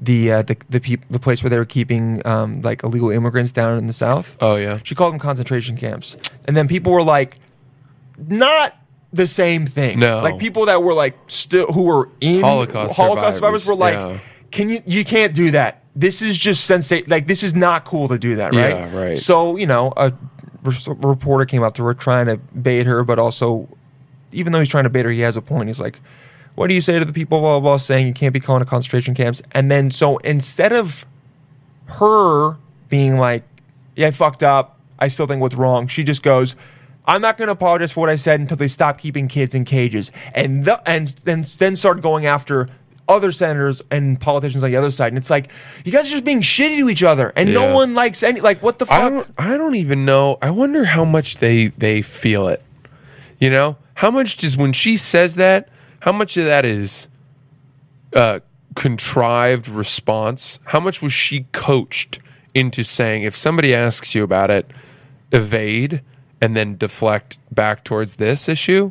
A: The uh, the the, peop- the place where they were keeping um, like illegal immigrants down in the south.
E: Oh, yeah.
A: She called them concentration camps. And then people were like, not the same thing.
E: No.
A: Like people that were like still who were in
E: Holocaust survivors,
A: survivors were like,
E: yeah.
A: can you you can't do that. This is just sensate like this is not cool to do that, right?
E: Yeah, right.
A: So, you know, a re- reporter came up to her trying to bait her, but also even though he's trying to bait her, he has a point. He's like, what do you say to the people, blah, blah, blah, saying you can't be calling to concentration camps? And then, so instead of her being like, yeah, I fucked up. I still think what's wrong. She just goes, I'm not going to apologize for what I said until they stop keeping kids in cages. And, the, and, and then start going after other senators and politicians on the other side. And it's like, you guys are just being shitty to each other. And
E: Yeah.
A: no one likes any, like, what the fuck?
E: I don't. I don't even know. I wonder how much they they feel it. You know how much does when she says that? How much of that is uh, contrived response? How much was she coached into saying if somebody asks you about it, evade and then deflect back towards this issue?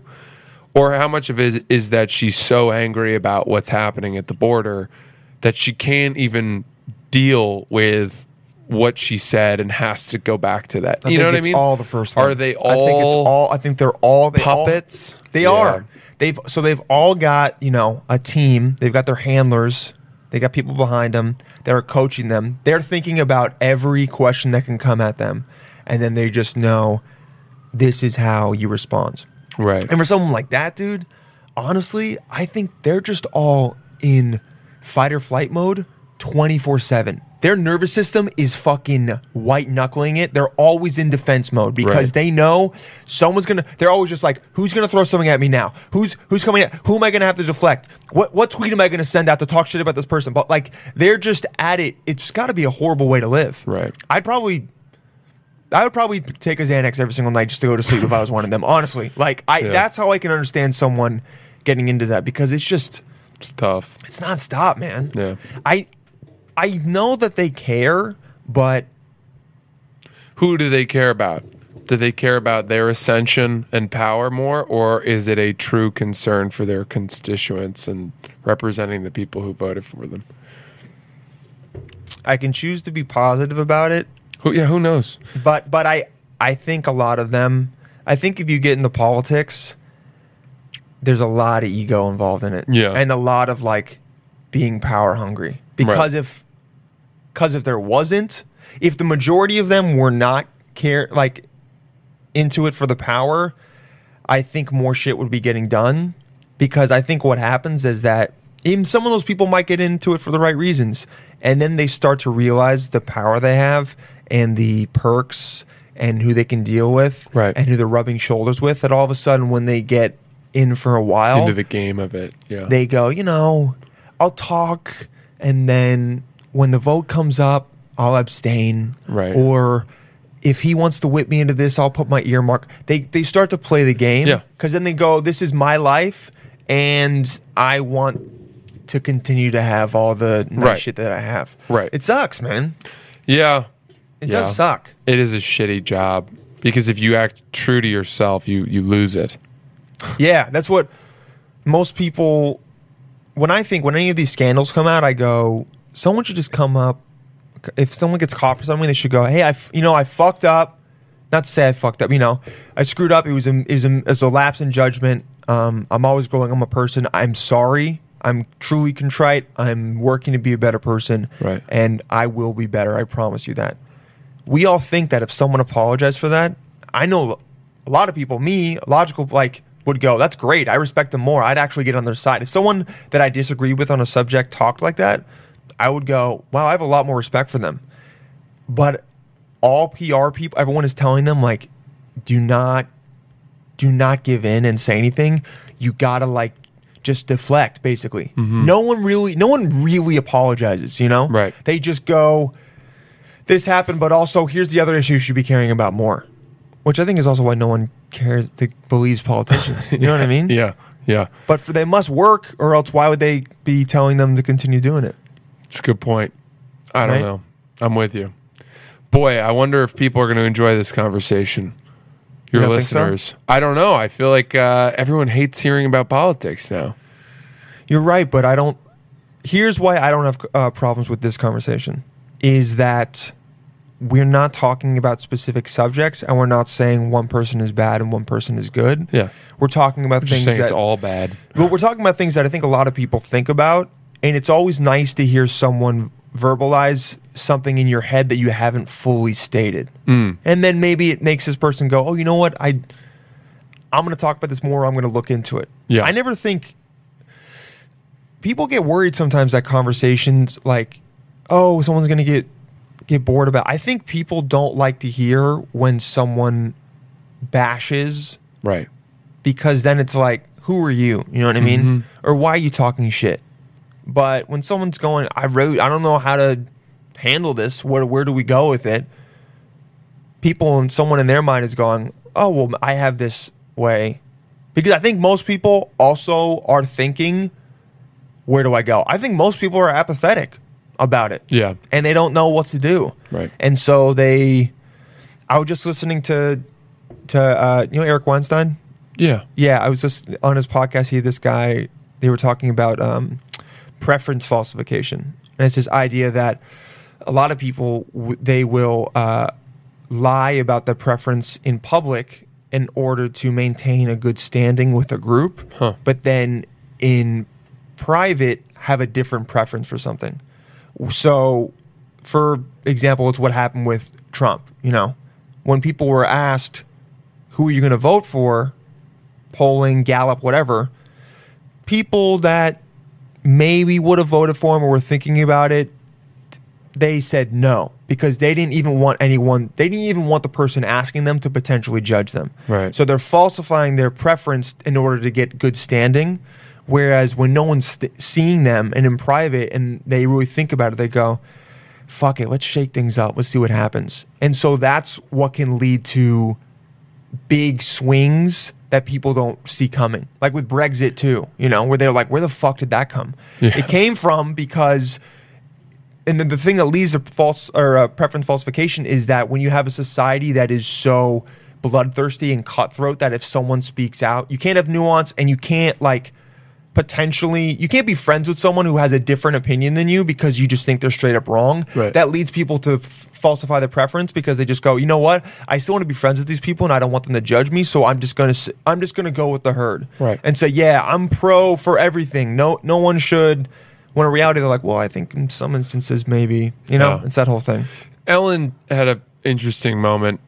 E: Or how much of it is, is that she's so angry about what's happening at the border that she can't even deal with what she said and has to go back to that?
A: I
E: you know
A: think
E: what I
A: it's
E: mean?
A: All the first.
E: Are
A: one.
E: they all,
A: I think it's all. I think they're all they all-
E: puppets?
A: they
E: Yeah.
A: are. They've so they've all got you know a team. They've got their handlers. They got people behind them that are coaching them. They're thinking about every question that can come at them, and then they just know this is how you respond.
E: right?
A: And for someone like that, dude, honestly, I think they're just all in fight or flight mode 24 7. Their nervous system is fucking white knuckling it. They're always in defense mode because
E: Right.
A: they know someone's gonna. They're always just like, "Who's gonna throw something at me now? Who's who's coming? At, who am I gonna have to deflect? What what tweet am I gonna send out to talk shit about this person?" But like, they're just at it. It's got to be a horrible way to live.
E: Right.
A: I'd probably I would probably take a Xanax every single night just to go to sleep if I was one of them. Honestly, like I,
E: Yeah.
A: that's how I can understand someone getting into that because it's just
E: it's tough.
A: it's nonstop, man.
E: Yeah.
A: I I know that they care, but
E: who do they care about? Do they care about their ascension and power more, or is it a true concern for their constituents and representing the people who voted for them?
A: I can choose to be positive about it.
E: Who, yeah, who knows?
A: But but I I think a lot of them. I think if you get into politics, there's a lot of ego involved in it.
E: Yeah.
A: and a lot of like being power hungry because
E: Right.
A: if because if there wasn't, if the majority of them were not care like into it for the power, I think more shit would be getting done because I think what happens is that even some of those people might get into it for the right reasons and then they start to realize the power they have and the perks and who they can deal with
E: Right.
A: and who they're rubbing shoulders with that all of a sudden when they get in for a while
E: Into the game of it. Yeah.
A: they go, you know, I'll talk, and then when the vote comes up, I'll abstain.
E: Right.
A: Or if he wants to whip me into this, I'll put my earmark. They they start to play the game.
E: Yeah.
A: Because then they go, this is my life, and I want to continue to have all the nice
E: Right.
A: shit that I have.
E: Right.
A: It sucks, man.
E: yeah.
A: It
E: Yeah.
A: does suck.
E: It is a shitty job because if you act true to yourself, you, you lose it.
A: Yeah, that's what most people. When I think when any of these scandals come out, I go, someone should just come up. If someone gets caught for something, they should go, "Hey, I, f- you know, I fucked up. not to say I fucked up. You know, I screwed up. It was a, it was a, it was a lapse in judgment. Um, I'm always growing. I'm a person. I'm sorry. I'm truly contrite. I'm working to be a better person.
E: Right.
A: And I will be better. I promise you that. We all think that if someone apologized for that, I know a lot of people, me, logical, like, would go, that's great. I respect them more. I'd actually get on their side. If someone that I disagree with on a subject talked like that, I would go, wow, I have a lot more respect for them but all PR people, everyone is telling them like, do not, do not give in and say anything. You gotta like just deflect. Basically, no one really, no one really apologizes. You know,
E: Right.
A: They just go, this happened, but also here's the other issue you should be caring about more, which I think is also why no one cares, that believes politicians. You know what I mean?
E: Yeah, yeah.
A: But for, they must work, or else why would they be telling them to continue doing it?
E: It's a good point. I don't
A: Right?
E: know. I'm with you. Boy, I wonder if people are going to enjoy this conversation. Your
A: don't think so?
E: listeners. I don't know. I feel like uh, everyone hates hearing about politics now.
A: You're right, but I don't. Here's why I don't have uh, problems with this conversation is that we're not talking about specific subjects and we're not saying one person is bad and one person is good.
E: Yeah.
A: We're talking about
E: Just
A: things
E: saying
A: that
E: it's all bad.
A: well, we're talking about things that I think a lot of people think about, and it's always nice to hear someone verbalize something in your head that you haven't fully stated, and then maybe it makes this person go, "Oh, you know what? I, I'm going to talk about this more. I'm going to look into it."
E: Yeah.
A: I never think people get worried sometimes that conversations like, "Oh, someone's going to get get bored about." I think people don't like to hear when someone bashes
E: Right.
A: because then it's like, who are you? You know what I mean? Or why are you talking shit? But when someone's going, I wrote, I don't know how to handle this. Where where do we go with it? People and someone in their mind is going, oh well, I have this way, because I think most people also are thinking, where do I go? I think most people are apathetic about it
E: Yeah.
A: and they don't know what to do.
E: Right.
A: And so they, I was just listening to, to uh, you know Eric Weinstein.
E: Yeah.
A: Yeah, I was just on his podcast. He had this guy. They were talking about um, preference falsification, and it's this idea that a lot of people w- they will uh, lie about their preference in public in order to maintain a good standing with a group,
E: Huh.
A: but then in private have a different preference for something. So, for example, it's what happened with Trump. You know, when people were asked who are you going to vote for, polling, Gallup, whatever, people that maybe would have voted for him or were thinking about it, they said no because they didn't even want anyone, they didn't even want the person asking them to potentially judge them.
E: Right.
A: So they're falsifying their preference in order to get good standing. Whereas when no one's st- seeing them and in private and they really think about it, they go, fuck it, let's shake things up, let's see what happens. And so that's what can lead to big swings that people don't see coming. Like with Brexit too, you know, where they're like, where the fuck did that come? It came from because and then the thing that leads to false or uh, preference falsification is that when you have a society that is so bloodthirsty and cutthroat that if someone speaks out, you can't have nuance and you can't like potentially you can't be friends with someone who has a different opinion than you because you just think they're straight up wrong.
E: Right.
A: That leads people to f- falsify their preference because they just go, you know what? I still want to be friends with these people and I don't want them to judge me, so I'm just gonna s- I'm just gonna go with the herd
E: Right.
A: and say, yeah, I'm pro for everything. No, no one should. When in reality, they're like, well, I think in some instances, maybe you know,
E: Yeah.
A: it's that whole thing.
E: Ellen had an interesting moment.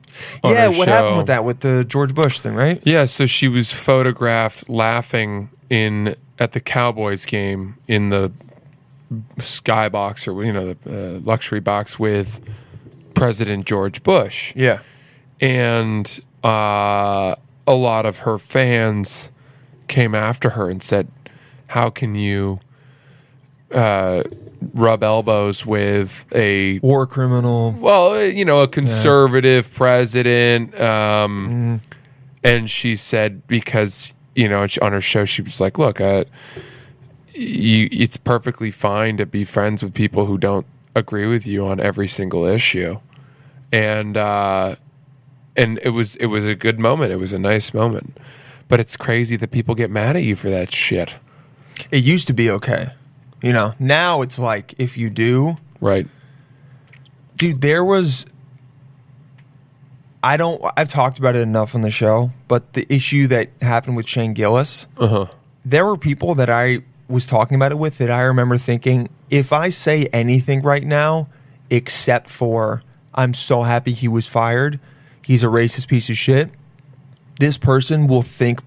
E: on
A: Yeah,
E: her
A: what happened
E: show.
A: with that with the George Bush thing, right?
E: Yeah, so she was photographed laughing in at the Cowboys game in the skybox or you know the uh, luxury box with President George Bush,
A: Yeah,
E: and uh, a lot of her fans came after her and said, "How can you uh, rub elbows with a
A: war criminal.
E: well, uh, you know, a conservative president. Um,
A: Mm-hmm.
E: And she said because you know she- on her show she was like, look, uh, you, it's perfectly fine to be friends with people who don't agree with you on every single issue, and uh, and it was it was a good moment. It was a nice moment. But it's crazy that people get mad at you for that shit,
A: It used to be okay, you know. Now it's like if you do,
E: right?
A: dude, there was I don't. I've talked about it enough on the show, but the issue that happened with Shane Gillis, uh-huh. there were people that I was talking about it with that I remember thinking, if I say anything right now, except for I'm so happy he was fired, he's a racist piece of shit. This person will think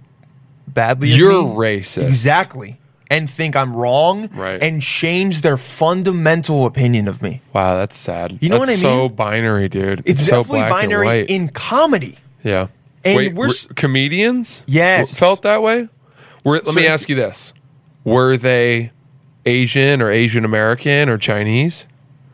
A: badly. of
E: You're
A: me.
E: racist.
A: exactly, and think I'm wrong,
E: Right.
A: and change their fundamental opinion of me.
E: Wow, that's sad.
A: You know
E: That's
A: what I
E: So
A: mean?
E: binary, dude.
A: It's,
E: so
A: definitely
E: black and
A: binary
E: white.
A: in comedy.
E: yeah.
A: and
E: Wait,
A: we're
E: were
A: s-
E: comedians.
A: Yes.
E: w- felt that way. Were, let me
A: So-
E: ask you this: Were they Asian or Asian American or Chinese?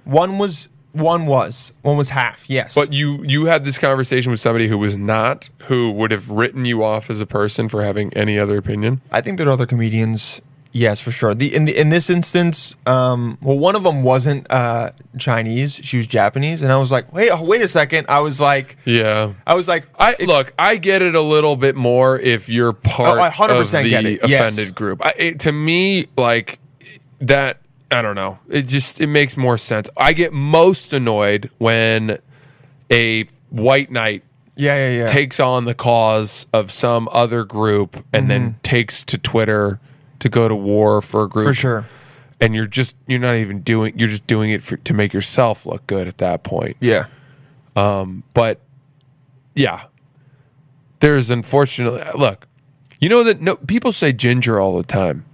A: One was one was one was half. Yes,
E: But you you had this conversation with somebody who was not, who would have written you off as a person for having any other opinion.
A: I think there are other comedians. Yes, for sure. The in the, in this instance, um, well, one of them wasn't uh, Chinese; she was Japanese, and I was like, wait, oh, wait a second. I was like,
E: Yeah.
A: I was like,
E: I look. I get it a little bit more if you're part
A: Oh, I
E: of
A: 100%
E: the
A: get it. Yes.
E: offended group. I, it, to me, like that, I don't know. It just it makes more sense. I get most annoyed when a white knight
A: yeah, yeah, yeah.
E: takes on the cause of some other group and then takes to Twitter to go to war for a group
A: Mm-hmm. for sure.
E: and you're just you're not even doing you're just doing it for, to make yourself look good at that point
A: Yeah,
E: but yeah there's unfortunately look you know that no people say ginger all the time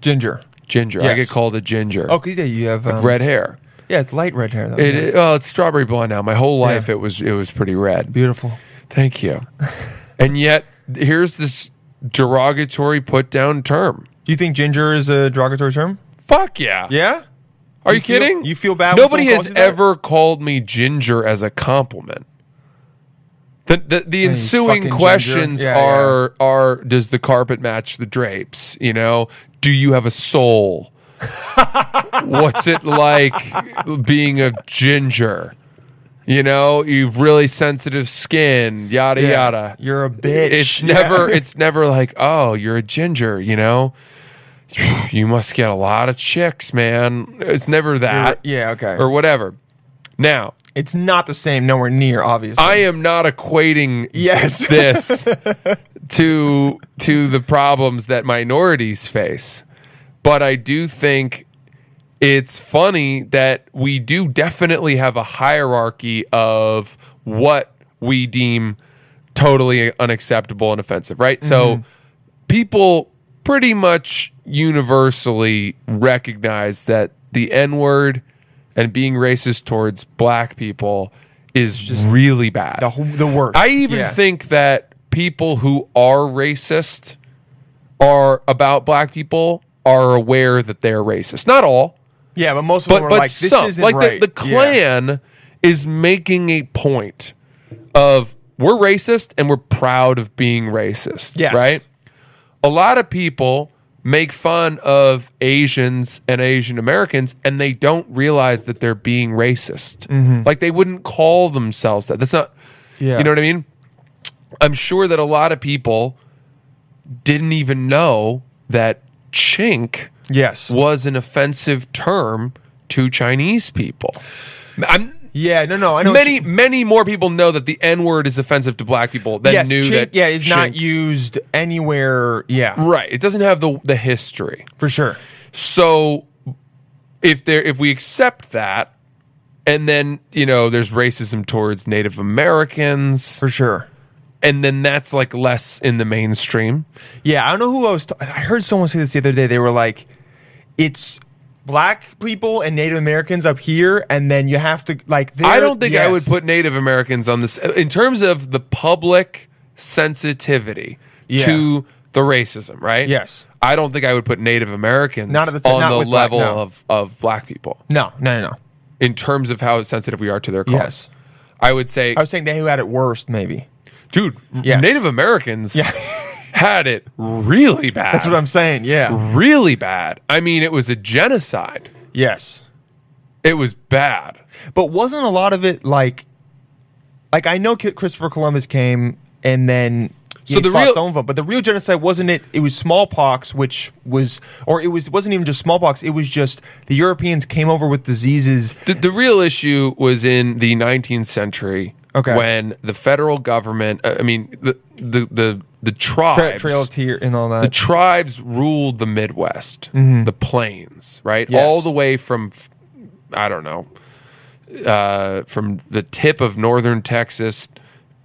A: ginger.
E: ginger i
A: Yes.
E: get called a ginger
A: Okay, yeah, you have um,
E: red hair
A: Yeah, it's light red hair though.
E: it,
A: yeah.
E: it- well it's strawberry blonde now my whole life
A: Yeah.
E: it was it was pretty red
A: Beautiful.
E: thank you and yet here's this derogatory put down term
A: Do you think ginger is a derogatory term?
E: fuck yeah
A: Yeah.
E: are you,
A: you feel-
E: kidding
A: you feel bad when
E: nobody
A: someone
E: has
A: calls you that?
E: ever called me ginger as a compliment the, the, the ensuing
A: fucking
E: questions
A: ginger. Yeah,
E: are are does the carpet match the drapes you know do you have a soul what's it like being a ginger you know you've really sensitive skin yada
A: Yeah.
E: yada
A: You're a bitch.
E: it's
A: Yeah.
E: never it's never like oh you're a ginger you know you must get a lot of chicks man it's never that
A: yeah, okay.
E: or whatever now
A: It's not the same. Nowhere near, obviously.
E: i am not equating
A: yes.
E: this to to the problems that minorities face but i do think it's funny that we do definitely have a hierarchy of what we deem totally unacceptable and offensive right
A: Mm-hmm.
E: so people pretty much universally recognize that the n-word and being racist towards black people is really bad
A: the, whole- the worst.
E: I even
A: Yeah.
E: think that people who are racist are about black people are aware that they're racist. Not all,
A: Yeah, but most of
E: but
A: them are
E: but
A: like this
E: some.
A: isn't
E: like
A: right.
E: the, the
A: Yeah.
E: Klan is making a point of we're racist and we're proud of being racist.
A: Yes.
E: Right? A lot of people make fun of Asians and Asian Americans and they don't realize that they're being racist. Like they wouldn't call themselves that. That's not
A: Mm-hmm. Yeah.
E: you know what I mean? I'm sure that a lot of people didn't even know that chink
A: Yes.
E: was an offensive term to Chinese people. I'm,
A: Yeah, no, no. I know what
E: many,
A: you-
E: many more people know that the N word is offensive to black people than
A: yes,
E: knew
A: chink,
E: that.
A: yeah, it's not
E: chink-
A: used anywhere. Yeah,
E: Right. It doesn't have the, the history.
A: for sure.
E: So if there if we accept that, and then, you know, there's racism towards Native Americans,
A: For sure.
E: and then that's like less in the mainstream.
A: Yeah, I don't know who I was. T- I heard someone say this the other day. They were like, "It's black people and Native Americans up here, and then you have to like."
E: I
A: they're-
E: don't think I would
A: yes.
E: put Native Americans on this in terms of the public sensitivity
A: Yeah.
E: to the racism, right?
A: Yes.
E: I don't think I would put Native Americans
A: Not at the t-
E: on
A: not
E: the
A: with black,
E: level
A: no.
E: of, of black people
A: No, no, no, no.
E: in terms of how sensitive we are to their cause.
A: Yes.
E: I would say,
A: I was saying they who had it worst, maybe.
E: dude,
A: Yes.
E: Native Americans
A: Yeah.
E: had it really bad.
A: That's what I'm saying. Yeah.
E: really bad. I mean, it was a genocide.
A: Yes.
E: It was bad.
A: But wasn't a lot of it like, like I know Ki- Christopher Columbus came and then
E: So
A: he
E: the
A: fought
E: real-
A: some of them, but the real genocide wasn't it? It was smallpox, which was, or it was wasn't even just smallpox. It was just the Europeans came over with diseases.
E: The, the real issue was in the 19th century
A: Okay.
E: When the federal government, uh, I mean, the the the the
A: Tra-
E: tribes,
A: trail of uh, tear and all that.
E: the tribes ruled the Midwest, the plains, right?
A: Mm-hmm. Yes.
E: All the way from, f- I don't know, uh, from the tip of northern Texas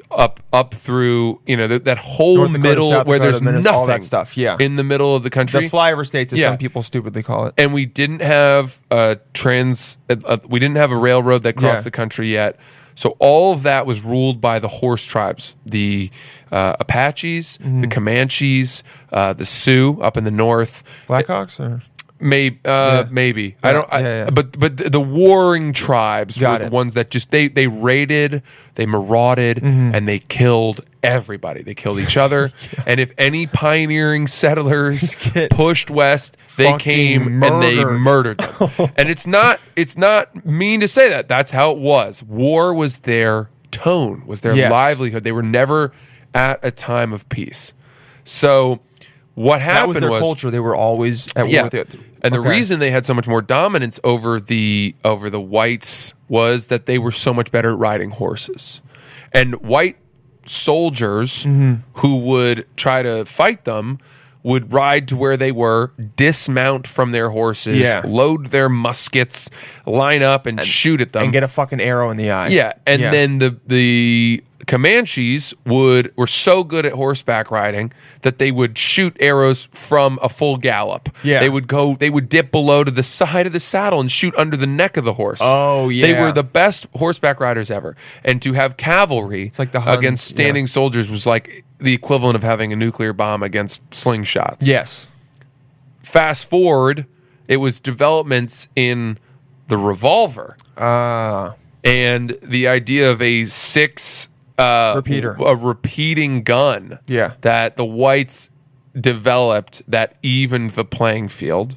E: up up through you know th- that whole
A: North Dakota,
E: middle
A: South
E: where
A: Dakota,
E: there's
A: Minnesota,
E: nothing
A: all that stuff, yeah.
E: in the middle of the
A: the
E: country
A: flyover states, as
E: Yeah.
A: some people stupidly call it.
E: and we didn't have a trans uh, uh, we didn't have a railroad that crossed
A: Yeah.
E: the country yet so all of that was ruled by the horse tribes the uh, apaches the comanches uh, the sioux up in the north
A: Blackhawks or
E: Maybe, uh,
A: Yeah.
E: maybe
A: Yeah,
E: I don't. I,
A: yeah, yeah.
E: But but the- the warring tribes
A: Got
E: were the
A: it.
E: ones that just they they raided, they marauded,
A: Mm-hmm.
E: and they killed everybody. They killed each other. And if any pioneering settlers
A: get
E: pushed west, they
A: fucking
E: came and they
A: murdered.
E: murdered them. and it's not it's not mean to say that. That's how it was. War was their tone. Was their
A: Yes.
E: livelihood. They were never at a time of peace. So. What
A: that
E: happened
A: was their culture. They were always at war
E: yeah.
A: with it.
E: And the
A: Okay.
E: reason they had so much more dominance over the over the whites was that they were so much better at riding horses. And white soldiers
A: Mm-hmm.
E: who would try to fight them would ride to where they were, dismount from their horses,
A: Yeah.
E: load their muskets, line up and, shoot at them.
A: and get a fucking arrow in the eye.
E: Yeah, and then the the Comanches would were so good at horseback riding that they would shoot arrows from a full gallop.
A: Yeah.
E: they would go. They would dip below to the side of the saddle and shoot under the neck of the horse.
A: Oh,
E: they
A: yeah.
E: were the best horseback riders ever. And to have cavalry
A: like the Huns,
E: against
A: yeah.
E: standing soldiers was like the equivalent of having a nuclear bomb against slingshots
A: yes,
E: fast forward, it was developments in the revolver.
A: Ah.
E: And the idea of a six uh,
A: Repeater.
E: a repeating gun,
A: Yeah.
E: that the whites developed that evened the playing field,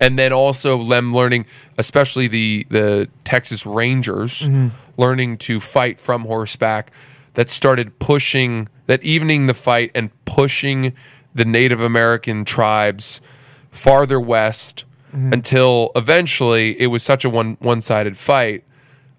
E: and then also them learning, especially the the Texas Rangers, learning to fight from horseback, that started pushing that evening the fight and pushing the Native American tribes farther west until eventually it was such a one one sided fight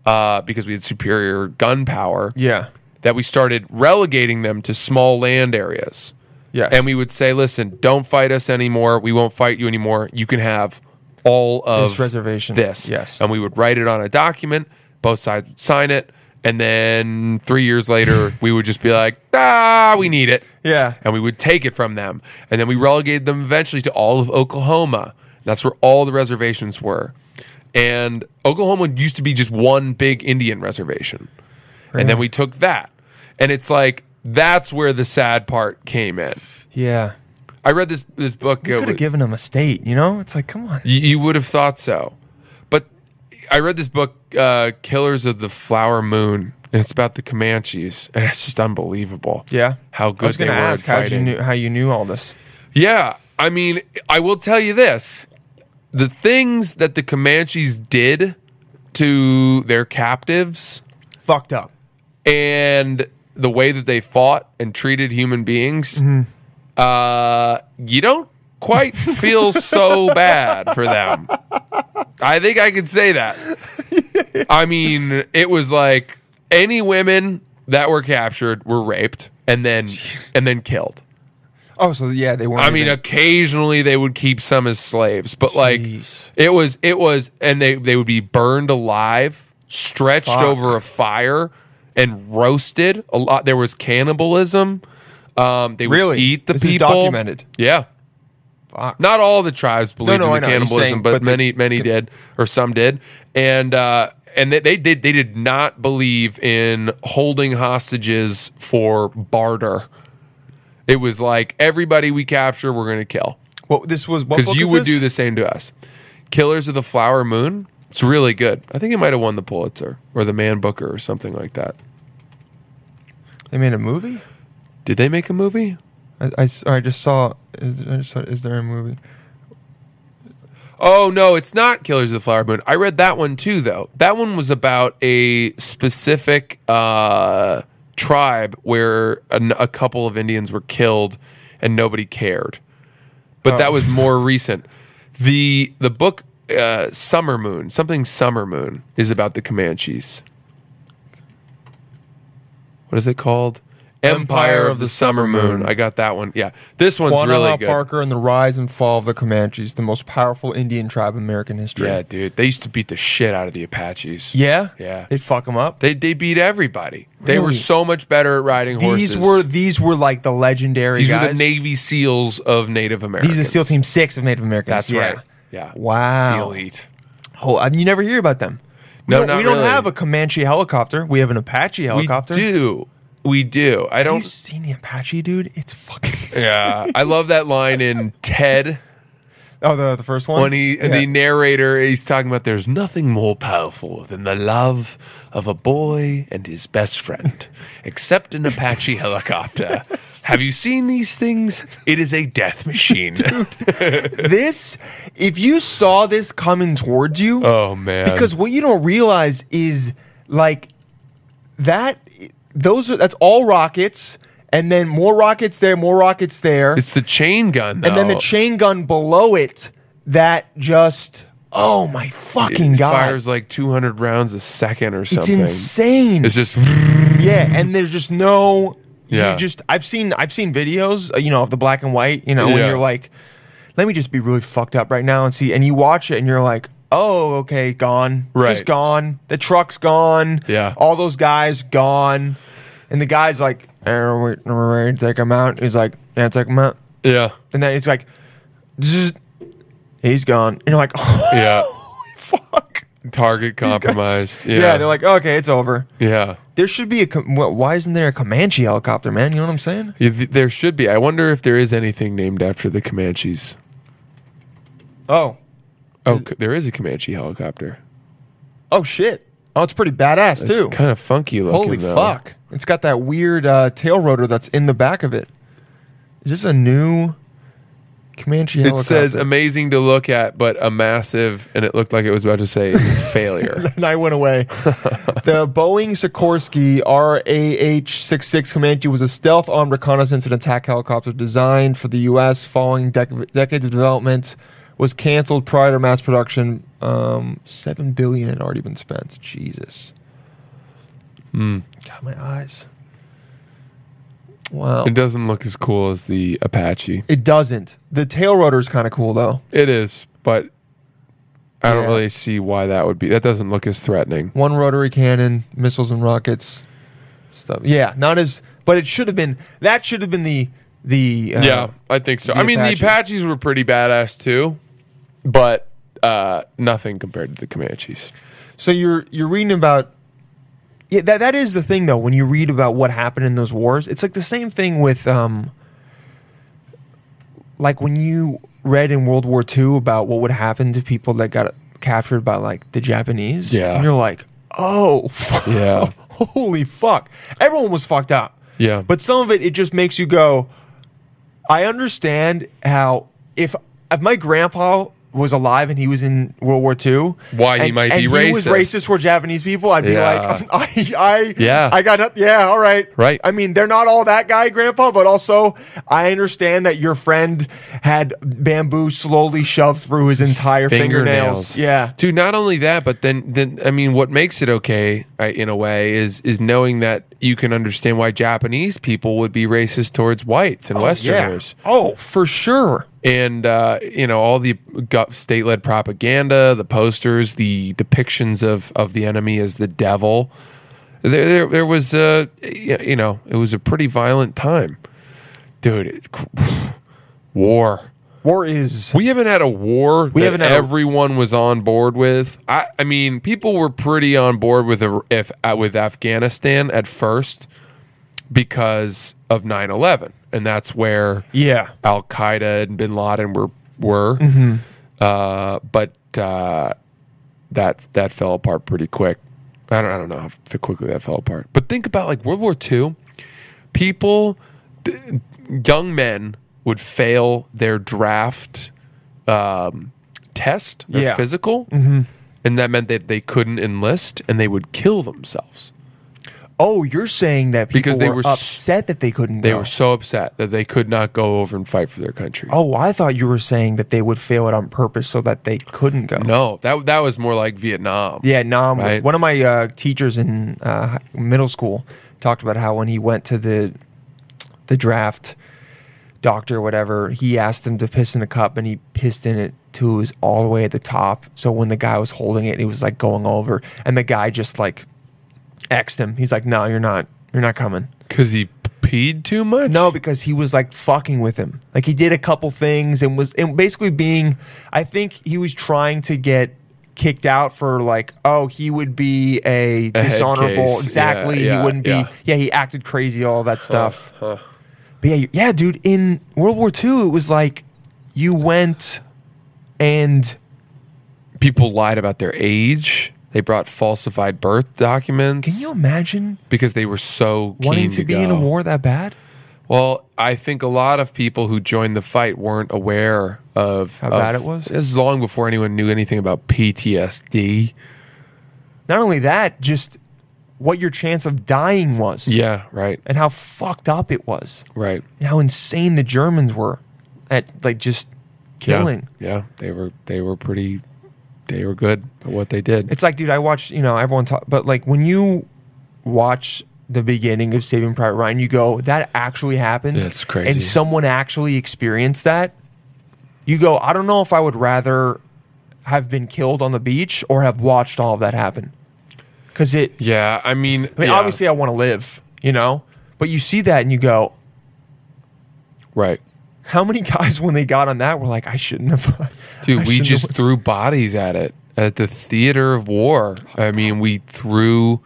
E: uh, because we had superior gun power
A: yeah,
E: that we started relegating them to small land areas.
A: yes.
E: And we would say, listen, don't fight us anymore. We won't fight you anymore. You can have all of
A: This reservation.
E: This.
A: Yes.
E: And we would write it on a document, both sides would sign it. And then three years later, we would just be like, ah, we need it
A: yeah,
E: and we would take it from them. And then we relegated them eventually to all of Oklahoma. That's where all the reservations were. And Oklahoma used to be just one big Indian reservation. And then we took that. And it's like, that's where the sad part came in.
A: yeah.
E: I read this this book.
A: You
E: uh,
A: could have
E: with-
A: given them a state. You know, it's like come on.
E: you, you would have thought so. But I read this book, uh, Killers of the Flower Moon, and it's about the Comanches. And it's just unbelievable.
A: Yeah,
E: How good
A: I was
E: they
A: gonna
E: were at
A: ask how you
E: fighting.
A: knew how you knew all this.
E: Yeah, I mean, I will tell you this: the things that the Comanches did to their captives
A: Fucked up.
E: and the way that they fought and treated human beings, uh, you don't quite feel so bad for them. I think I could say that. I mean, it was like any women that were captured were raped and then and then killed.
A: Oh, so yeah, they weren't.
E: I mean, uh,
A: even-
E: occasionally they would keep some as slaves, but like
A: Jeez.
E: it was, it was, and they they would be burned alive, stretched
A: Fuck.
E: over a fire, and roasted. A lot. There was cannibalism. Um, they would
A: Really?
E: eat the
A: This is
E: people.
A: documented?
E: Yeah.
A: Fuck.
E: Not all the tribes believed
A: no, I
E: in
A: know.
E: the
A: You're
E: cannibalism,
A: saying-
E: but,
A: but the-
E: many many did, or some did, and uh, and they, they did they did not believe in holding hostages for barter. It was like everybody we capture, we're going to kill
A: well, this was what
E: because
A: book
E: you
A: is
E: would
A: this?
E: do the same to us. Killers of the Flower Moon. It's really good. I think it might have won the Pulitzer or the Man Booker or something like that.
A: They made a movie.
E: Did they make a movie?
A: I, I s- I just saw. Is, I just saw, is there a movie?
E: Oh no, it's not Killers of the Flower Moon. I read that one too, though. That one was about a specific uh, tribe where an, a couple of Indians were killed and nobody cared. But that
A: Oh.
E: was more recent. the The book uh, Summer Moon, something Summer Moon, is about the Comanches. what is it called? Empire of the Summer Moon. I got that one. Yeah, this one's
A: Juan L.
E: really
A: L.
E: good.
A: Parker and the rise and fall of the Comanches, the most powerful Indian tribe in American history.
E: Yeah, dude, they used to beat the shit out of the Apaches.
A: yeah,
E: Yeah.
A: They fuck them up.
E: They they beat everybody. They were
A: Really?
E: so much better at riding horses.
A: These were these were like the legendary
E: these
A: guys.
E: were the Navy SEALs of Native Americans.
A: These are SEAL Team Six of Native Americans.
E: That's
A: yeah.
E: right. Yeah. The
A: Wow.
E: elite.
A: Oh, I mean, you never hear about them. We
E: No,
A: don't,
E: not
A: we don't
E: really.
A: have a Comanche helicopter. We have an Apache helicopter.
E: We do. We do. I
A: Have you
E: don't.
A: seen the Apache, dude? It's fucking.
E: Yeah, I love that line in Ted
A: Oh, the, the first one.
E: when he
A: Yeah.
E: the narrator he's talking about. There's nothing more powerful than the love of a boy and his best friend, except an Apache helicopter. Have you seen these things? It is a death machine.
A: this, if you saw this coming towards you,
E: oh man!
A: because what you don't realize is like that. Those are that's all rockets, and then more rockets there, more rockets there,
E: it's the chain gun, though.
A: and then the chain gun below it that just oh my fucking
E: It
A: god,
E: fires like 200 rounds a second or
A: it's
E: something.
A: insane.
E: It's just
A: Yeah, and there's just no.
E: Yeah.
A: You just I've seen I've seen videos, uh, you know, of the black and white, you know, when
E: Yeah.
A: you're like, let me just be really fucked up right now and see, and you watch it and you're like, oh, okay, gone,
E: Right.
A: just gone. The truck's gone.
E: Yeah.
A: all those guys gone, and the guy's like, eh, we're we're ready to take him out. He's like, yeah, take him out,
E: yeah,
A: and then it's like, zzz, he's gone, and you're like,
E: yeah.
A: fuck.
E: Target compromised.
A: Yeah. they're like, okay, it's over.
E: yeah.
A: There should be a. Com- wh- why isn't there a Comanche helicopter, man? You know what I'm saying?
E: Yeah, th- There should be. I wonder if there is anything named after the Comanches.
A: Oh,
E: Oh, c- there is a Comanche helicopter.
A: oh shit! Oh, it's pretty badass
E: It's
A: too.
E: kind of funky looking.
A: Holy
E: though.
A: fuck! It's got that weird uh, tail rotor that's in the back of it. Is this a new Comanche
E: It
A: helicopter?
E: says amazing to look at, but a massive, and it looked like it was about to say failure.
A: and I went away. the Boeing Sikorsky RAH-66 Comanche was a stealth-armed reconnaissance and attack helicopter designed for the U.S. following dec- decades of development. Was canceled prior to mass production. Um, Seven billion had already been spent. Jesus. God, my eyes. Wow.
E: It doesn't look as cool as the Apache.
A: It doesn't. The tail rotor is kind of cool though.
E: It is, but I don't
A: Yeah.
E: really see why that would be. That doesn't look as threatening.
A: one rotary cannon, missiles and rockets, stuff. Yeah, not as, but it should have been. That should have been the the. Uh,
E: Yeah, I think so.
A: the
E: I mean,
A: Apaches.
E: the Apaches were pretty badass too, but uh, nothing compared to the Comanches.
A: So you're you're reading about. Yeah, that that is the thing though. When you read about what happened in those wars, it's like the same thing with um. Like when you read in World War II about what would happen to people that got captured by like the Japanese,
E: Yeah.
A: and you're like, oh, fuck.
E: Yeah.
A: holy fuck! Everyone was fucked up.
E: Yeah.
A: But some of it, it just makes you go, I understand how if if my grandpa was alive and he was in World War II,
E: Why he
A: and-
E: might
A: and
E: be
A: he was
E: racist.
A: racist toward Japanese people, I'd be
E: Yeah.
A: like, I, I,
E: Yeah.
A: I got, noth- yeah, all right,
E: Right.
A: I mean, they're not all that guy, grandpa, but also I understand that your friend had bamboo slowly shoved through his entire fingernails. Yeah,
E: Dude, not only that, but then then I mean what makes it okay I, in a way is is knowing that you can understand why Japanese people would be racist towards whites and westerners.
A: yeah. Oh, for sure.
E: And uh, you know, all the gu- state-led propaganda, the posters, the depictions of of the enemy as the devil. There there, there was a you know, it was a pretty violent time. Dude, it, war.
A: War is
E: We haven't had a war that
A: haven't had a-
E: everyone was on board with. I, I mean, people were pretty on board with Ar- if uh, with Afghanistan at first because of 9/11, and that's where
A: yeah.
E: Al Qaeda and Bin Laden were were.
A: Mm-hmm.
E: Uh, but uh, that that fell apart pretty quick. I don't I don't know how f- quickly that fell apart. But think about like World War II. People, th- young men would fail their draft um, test, their
A: Yeah. Mm-hmm.
E: physical, and that meant that they couldn't enlist and they would kill themselves.
A: Oh, you're saying that people
E: Because they
A: were,
E: were s-
A: upset that they couldn't
E: They
A: go.
E: were so upset that they could not go over and fight for their country.
A: oh, I thought you were saying that they would fail it on purpose so that they couldn't go.
E: No, that that was more like Vietnam.
A: Yeah, Nam.
E: Right.
A: One of my uh, teachers in uh, hi- middle school talked about how when he went to the the draft doctor, or whatever, he asked him to piss in the cup, and he pissed in it to his all the way at the top. So when the guy was holding it, it was like going over, and the guy just like xed him. He's like, "No, you're not. You're not coming."
E: because he peed too much.
A: No, because he was like fucking with him. Like he did a couple things and was and basically being. I think he was trying to get kicked out for like, oh, he would be a,
E: head
A: dishonorable.
E: case.
A: Exactly,
E: Yeah, yeah,
A: he wouldn't be.
E: yeah.
A: Yeah. he acted crazy, all that stuff. But yeah, you- yeah, dude. In World War II, it was like you went and
E: people lied about their age. They brought falsified birth documents
A: can you imagine
E: because they were so keen
A: wanting to, be
E: go.
A: in a war that bad?
E: Well, I think a lot of people who joined the fight weren't aware of
A: How
E: of-
A: bad it was?
E: This is long before anyone knew anything about PTSD.
A: Not only that, just what your chance of dying was.
E: Yeah, right,
A: And how fucked up it was.
E: right.
A: and how insane the Germans were at like just killing.
E: Yeah, yeah, they were they were pretty. They were good at what they did.
A: It's like, dude, I watched, you know, everyone talk, but like when you watch the beginning of Saving Private Ryan, you go, that actually happened.
E: That's crazy.
A: And someone actually experienced that. You go, I don't know if I would rather have been killed on the beach or have watched all of that happen. Cause it,
E: yeah, I mean,
A: I mean,
E: yeah,
A: obviously I want to live, you know, but you see that and you go,
E: right,
A: how many guys when they got on that were like, I shouldn't have. I
E: dude. we
A: shouldn't
E: just
A: have-
E: threw bodies at it at the theater of war.
A: Oh,
E: I mean, we threw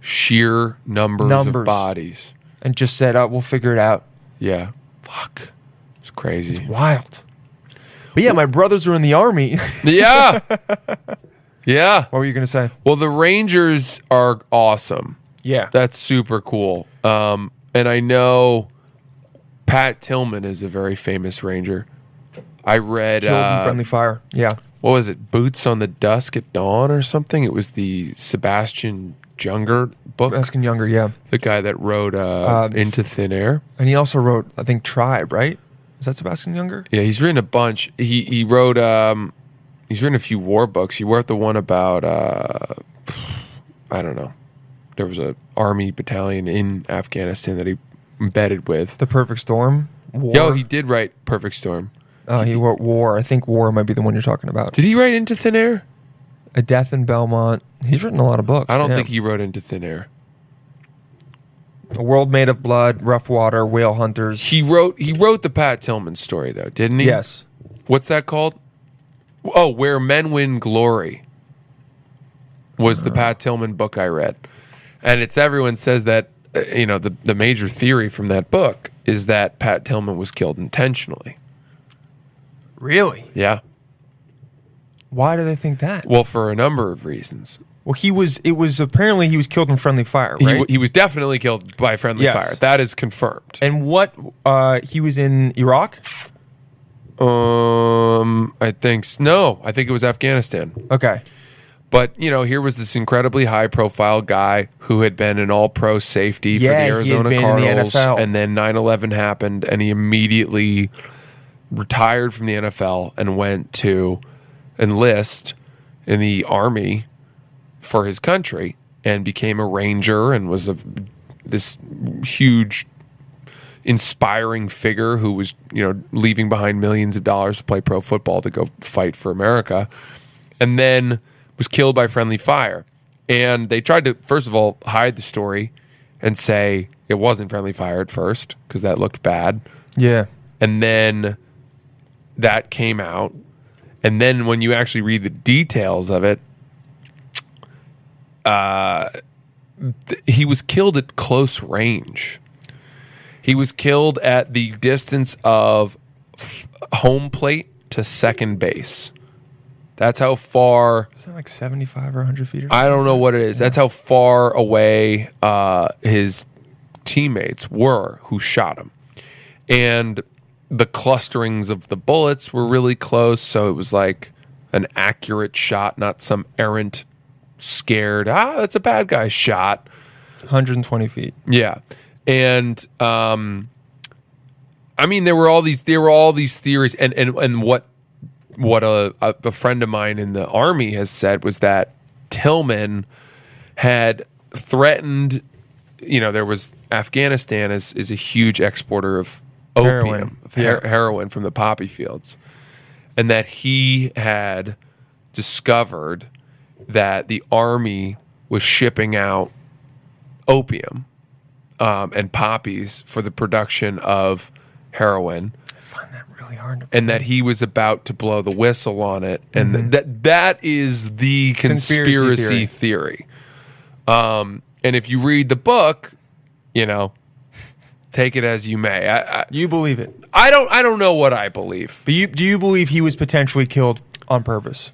E: sheer numbers,
A: Numbers.
E: of bodies.
A: and just said, oh, we'll figure it out.
E: Yeah, fuck, it's crazy.
A: Wild. But yeah, my brothers are in the army. what
E: Yeah. yeah.
A: were you gonna say?
E: Well, the Rangers are awesome.
A: Yeah.
E: That's super cool. Um, and I know Pat Tillman is a very famous Ranger. I read
A: Killed in
E: uh,
A: friendly fire. Yeah.
E: what was it, Boots on the Dusk at Dawn or something? It was the Sebastian Junger book,
A: Baskin Younger, yeah.
E: the guy that wrote uh,
A: Um,
E: Into Thin Air.
A: And he also wrote, I think, Tribe, right? Is that Sebastian Younger?
E: Yeah, he's written a bunch. He he wrote um he's written a few war books. He wrote the one about uh I don't know. There was a army battalion in Afghanistan that he embedded with.
A: The Perfect Storm. War.
E: Yo, he did write Perfect Storm.
A: Uh, he wrote War. I think War might be the one you're talking about.
E: Did he write Into Thin Air?
A: A Death in Belmont. He's written a lot of books.
E: I don't
A: yeah.
E: think he wrote Into Thin Air.
A: A World Made of Blood, Rough Water, Whale Hunters.
E: He wrote he wrote the Pat Tillman story though, didn't he?
A: Yes.
E: What's that called? Oh, Where Men Win Glory was
A: Uh.
E: the Pat Tillman book I read. And it's everyone says that, uh, you know, the, the major theory from that book is that Pat Tillman was killed intentionally.
A: Really?
E: Yeah.
A: Why do they think that?
E: Well, for a number of reasons.
A: Well, he was. It was apparently he was killed in friendly fire,
E: He
A: right?
E: w He, was definitely killed by friendly
A: Yes.
E: fire. That is confirmed.
A: and what? Uh, he was in Iraq.
E: Um, I think, s- no, I think it was Afghanistan.
A: Okay.
E: But you know, here was this incredibly high-profile guy who had been an All-Pro safety
A: Yeah, he
E: for
A: had
E: the Arizona
A: been in the
E: Cardinals,
A: NFL.
E: and then 9/11 happened, and he immediately retired from the NFL and went to enlist in the Army for his country and became a ranger and was a this huge inspiring figure who was you know leaving behind millions of dollars to play pro football to go fight for America and then was killed by friendly fire. And they tried to, first of all, hide the story and say it wasn't friendly fire at first because that looked bad.
A: Yeah.
E: And then that came out. And then when you actually read the details of it, uh, th- he was killed at close range. He was killed at the distance of f- home plate to second base. That's how far
A: Is that like 75 or 100 feet or
E: I don't know what it is. That's how far away uh, his teammates were who shot him. And the clusterings of the bullets were really close. So it was like an accurate shot, not some errant, scared, ah, that's a bad guy shot.
A: 120 feet.
E: Yeah, and um, I mean there were all these there were all these theories, and and and what what a a a friend of mine in the army has said was that Tillman had threatened. You know, there was Afghanistan is is a huge exporter of opium,
A: Heroin.
E: of her- heroin from the poppy fields, and that he had discovered that the army was shipping out opium um, and poppies for the production of heroin,
A: Find that really hard. To
E: and that he was about to blow the whistle on it, and that that is the
A: Conspiracy
E: Mm-hmm. conspiracy,
A: theory.
E: theory. Um, and if you read the book, you know, take it as you may. I, I,
A: you believe it,
E: I don't I don't know what I believe.
A: but you, do you believe he was potentially killed on purpose?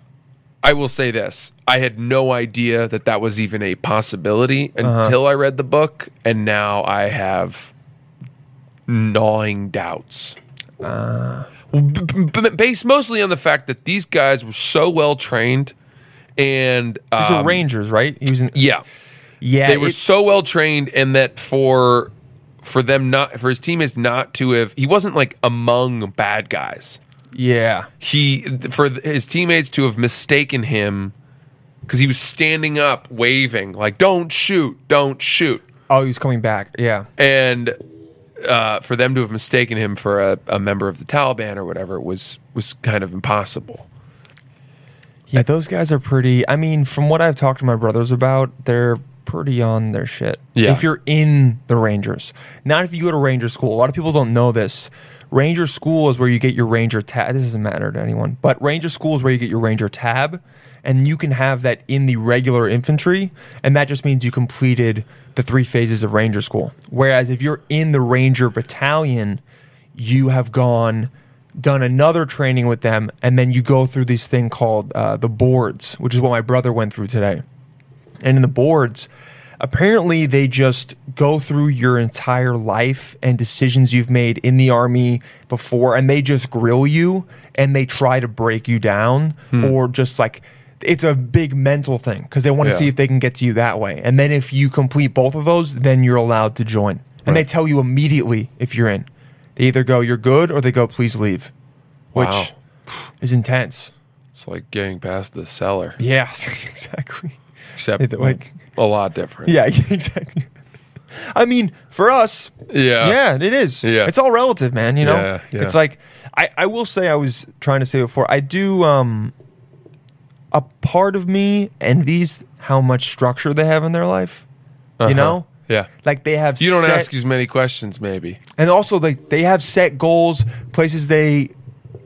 E: I will say this: I had no idea that that was even a possibility
A: Uh-huh.
E: until I read the book, and now I have gnawing doubts.
A: Ah.
E: Well, b- b- b- based mostly on the fact that these guys were so well trained, and
A: These were
E: um,
A: Rangers, right? He was in.
E: yeah,
A: Yeah,
E: they were
A: it-
E: so well trained, and that for for them not for his teammates not to have he wasn't like among bad guys
A: yeah.
E: he for th- his teammates to have mistaken him because he was standing up waving like don't shoot don't shoot
A: Oh, he was coming back. Yeah.
E: and uh, for them to have mistaken him for a, a member of the taliban or whatever was was kind of impossible
A: Yeah, those guys are pretty. I mean, from what I've talked to my brothers about, they're pretty on their shit.
E: Yeah.
A: If you're in the Rangers, not if you go to Ranger school. A lot of people don't know this. Ranger school is where you get your Ranger tab. This doesn't matter to anyone, but Ranger school is where you get your Ranger tab, and you can have that in the regular infantry, and that just means you completed the three phases of Ranger school. Whereas if you're in the Ranger battalion, you have gone done another training with them and then you go through this thing called uh, the boards which is what my brother went through today and in the boards apparently they just go through your entire life and decisions you've made in the army before and they just grill you and they try to break you down
E: Hmm.
A: or just like it's a big mental thing because they want to
E: Yeah.
A: see if they can get to you that way and then if you complete both of those then you're allowed to join and they tell you immediately if you're in they either go you're good or they go please leave which
E: Wow.
A: is intense
E: it's like getting past the cellar
A: yeah exactly
E: except
A: It- like-
E: a lot different
A: yeah exactly i mean for us
E: yeah
A: yeah, it is.
E: Yeah.
A: It's all relative, man, you know?
E: Yeah, yeah.
A: It's like I, I will say I was trying to say before, I do um a part of me envies how much structure they have in their life. You know?
E: yeah
A: Like they have
E: Uh-huh. you don't
A: set,
E: ask as many questions maybe
A: and also like they have set goals, places they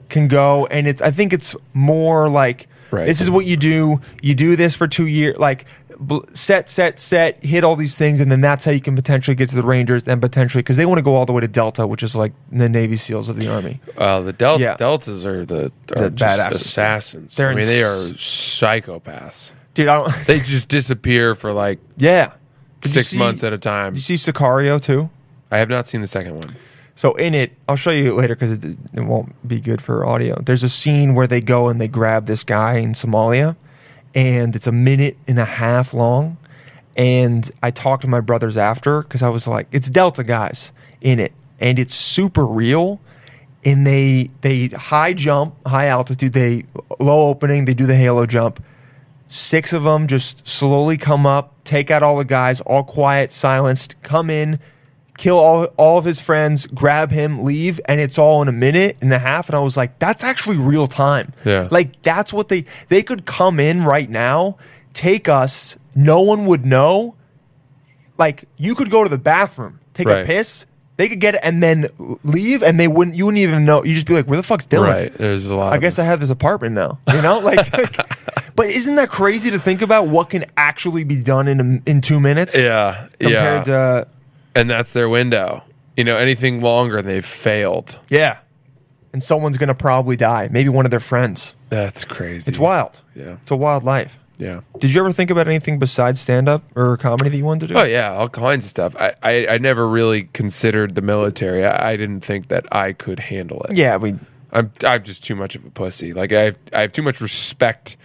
A: can go, and it's I think it's more like
E: Right.
A: this is what you do. You do this for two years, like bl- set, set, set, hit all these things, and then that's how you can potentially get to the Rangers, and potentially because they want to go all the way to Delta, which is like the Navy SEALs of the Army.
E: Uh, the Del-
A: Yeah.
E: deltas are the are
A: The
E: just
A: badasses.
E: assassins.
A: They're
E: I mean, they are
A: ins-
E: psychopaths.
A: Dude, I don't.
E: They just disappear for like
A: yeah, Did you
E: six
A: see-
E: months at a time.
A: Did you see Sicario too?
E: I have not seen the second one.
A: So in it, I'll show you it later because it, it won't be good for audio. There's a scene where they go and they grab this guy in Somalia, and it's a minute and a half long. And I talked to my brothers after because I was like, "It's Delta guys in it, and it's super real." And they they high jump, high altitude, they low opening, they do the halo jump. Six of them just slowly come up, take out all the guys, all quiet, silenced, come in, kill all, all of his friends, grab him, leave, and it's all in a minute and a half. And I was like, that's actually real time.
E: Yeah.
A: Like that's what they they could come in right now, take us, no one would know. Like you could go to the bathroom, take a
E: Right.
A: piss, they could get it and then leave and they wouldn't you wouldn't even know. You just be like, where the fuck's Dylan?
E: Right. There's a lot.
A: I guess I have this apartment now. You know, like, like- but isn't that crazy to think about what can actually be done in a, in two minutes?
E: yeah. Yeah.
A: Compared to
E: and that's their window. You know, anything longer, they've failed.
A: yeah, and someone's gonna probably die. Maybe one of their friends.
E: That's crazy.
A: It's wild.
E: Yeah.
A: it's a wild life.
E: Yeah.
A: Did you ever think about anything besides stand up or comedy that you wanted to do?
E: Oh yeah, all kinds of stuff. I, I, I never really considered the military. I, I didn't think that I could handle it.
A: yeah, we.
E: I'm I'm just too much of a pussy. Like I have, I have too much respect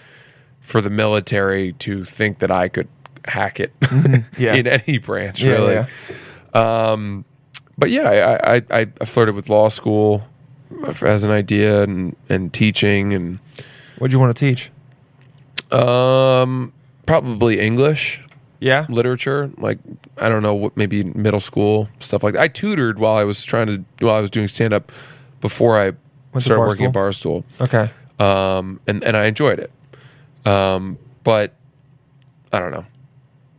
E: for the military to think that I could hack it
A: Yeah.
E: in any branch,
A: Yeah,
E: really.
A: yeah.
E: Um, but yeah, I, I- I, I flirted with law school as an idea and, and teaching and
A: What do you want to teach?
E: um, probably English
A: Yeah.
E: literature like i don't know what maybe middle school stuff like that i tutored while i was trying to while i was doing stand up before i
A: to
E: started working at barstool
A: Okay.
E: um, and and I enjoyed it. Um, but I don't know.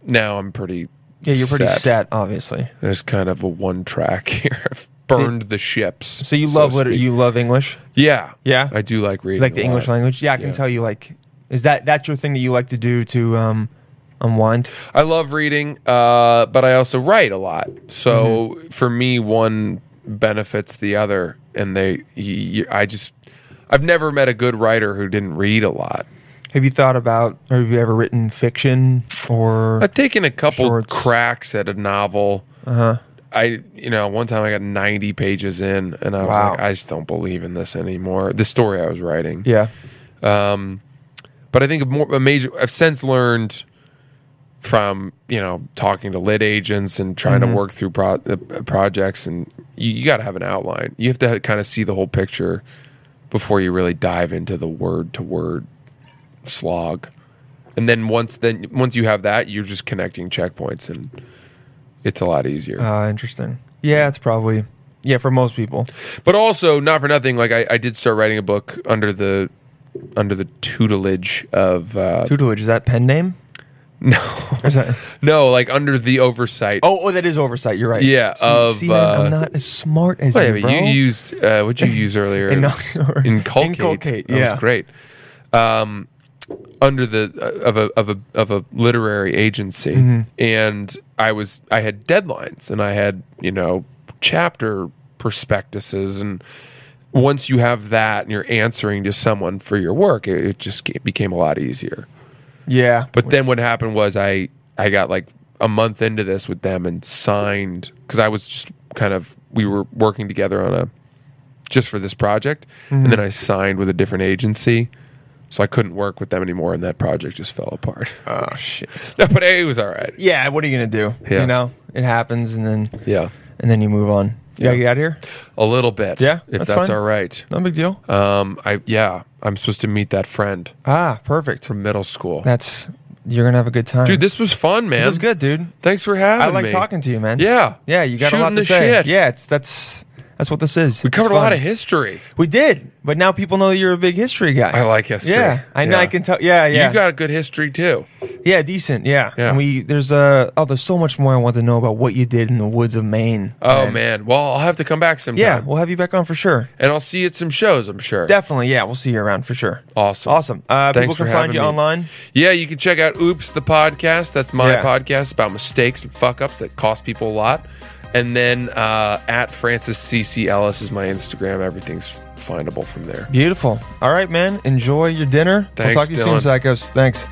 E: Now I'm pretty.
A: Yeah, you're pretty
E: Sad.
A: set, obviously.
E: There's kind of a one track here. I've burned the ships.
A: So you love
E: to
A: liter-
E: speak.
A: you love English,
E: Yeah,
A: Yeah?
E: I do like reading.
A: You like the
E: a
A: English
E: lot.
A: language. Yeah, I can
E: Yeah.
A: tell you like, is that that's your thing that you like to do to um, unwind?
E: I love reading, uh, but I also write a lot. So
A: Mm-hmm.
E: for me, one benefits the other, and they. y- y- I just. I've never met a good writer who didn't read a lot.
A: Have you thought about, or have you ever written fiction or?
E: I've taken a couple
A: Shorts. Uh-huh.
E: cracks at a novel. I, you know, one time I got 90 pages in and I was
A: Wow.
E: like, I just don't believe in this anymore. The story I was writing.
A: Yeah.
E: But I think a more, a major, I've since learned from, you know, talking to lit agents and trying to work through pro- uh, projects and you, you got to have an outline. You have to kind of see the whole picture before you really dive into the word to word slog. And then once then once you have that, you're just connecting checkpoints and it's a lot easier.
A: Uh, interesting. Yeah, it's probably yeah for most people.
E: but also not for nothing like I, I did start writing a book under the under the tutelage of uh,
A: Tutelage is that pen name?
E: no
A: Or is that?
E: no like under the oversight
A: Oh, oh, that is oversight. You're right.
E: Yeah,
A: See,
E: of,
A: see, man,
E: uh,
A: I'm not as smart as
E: Wait a
A: you,
E: minute,
A: bro.
E: you used uh, what you use earlier It was
A: Inoculate.
E: inculcate,
A: Inculcate,
E: that
A: yeah.
E: was great um, under the uh, of a of a of a literary agency
A: Mm-hmm.
E: and I was I had deadlines and I had you know chapter prospectuses and once you have that and you're answering to someone for your work it, it just ge- became a lot easier
A: yeah,
E: but then what happened was I I got like a month into this with them and signed because I was just kind of we were working together on a just for this project, and
A: Mm-hmm.
E: then I signed with a different agency, so I couldn't work with them anymore, and that project just fell apart.
A: oh shit.
E: no, but it was all right.
A: Yeah, what are you gonna do?
E: Yeah.
A: You know, it happens, and then
E: Yeah,
A: and then you move on. You gotta
E: Yeah.
A: get out of here.
E: a little bit.
A: Yeah,
E: if
A: that's
E: that's,
A: fine.
E: all right.
A: No big deal.
E: Um, I yeah, I'm supposed to meet that friend
A: Ah, perfect.
E: from middle school.
A: That's you're gonna have a good time,
E: Dude, this was fun, man.
A: This is good, dude.
E: Thanks for
A: I
E: having me.
A: like talking to you, man.
E: Yeah.
A: yeah. You got
E: Shooting
A: a lot to
E: the
A: say.
E: shit.
A: Yeah, it's that's that's what this is.
E: We covered a lot of history.
A: We did, but now people know that you're a big history guy.
E: I like history.
A: Yeah, I know.
E: Yeah.
A: I can tell. Yeah, yeah.
E: You got a good history too.
A: Yeah, decent. Yeah.
E: Yeah.
A: And we there's uh oh there's so much more I want to know about what you did in the woods of Maine.
E: Oh man. Well, I'll have to come back sometime.
A: yeah, we'll have you back on for sure.
E: and I'll see you at some shows. I'm sure.
A: Definitely. Yeah, we'll see you around for sure.
E: Awesome.
A: Awesome. Uh,
E: Thanks
A: people can
E: for
A: find
E: having
A: you
E: me.
A: online.
E: Yeah, you can check out Oops the podcast. That's my
A: Yeah.
E: podcast about mistakes and fuck ups that cost people a lot. And then uh, at Francis CC Ellis is my Instagram. Everything's findable from there.
A: Beautiful. All right, man. Enjoy your dinner.
E: Thanks,
A: we'll talk to you soon,
E: Dylan.
A: psychos. Thanks.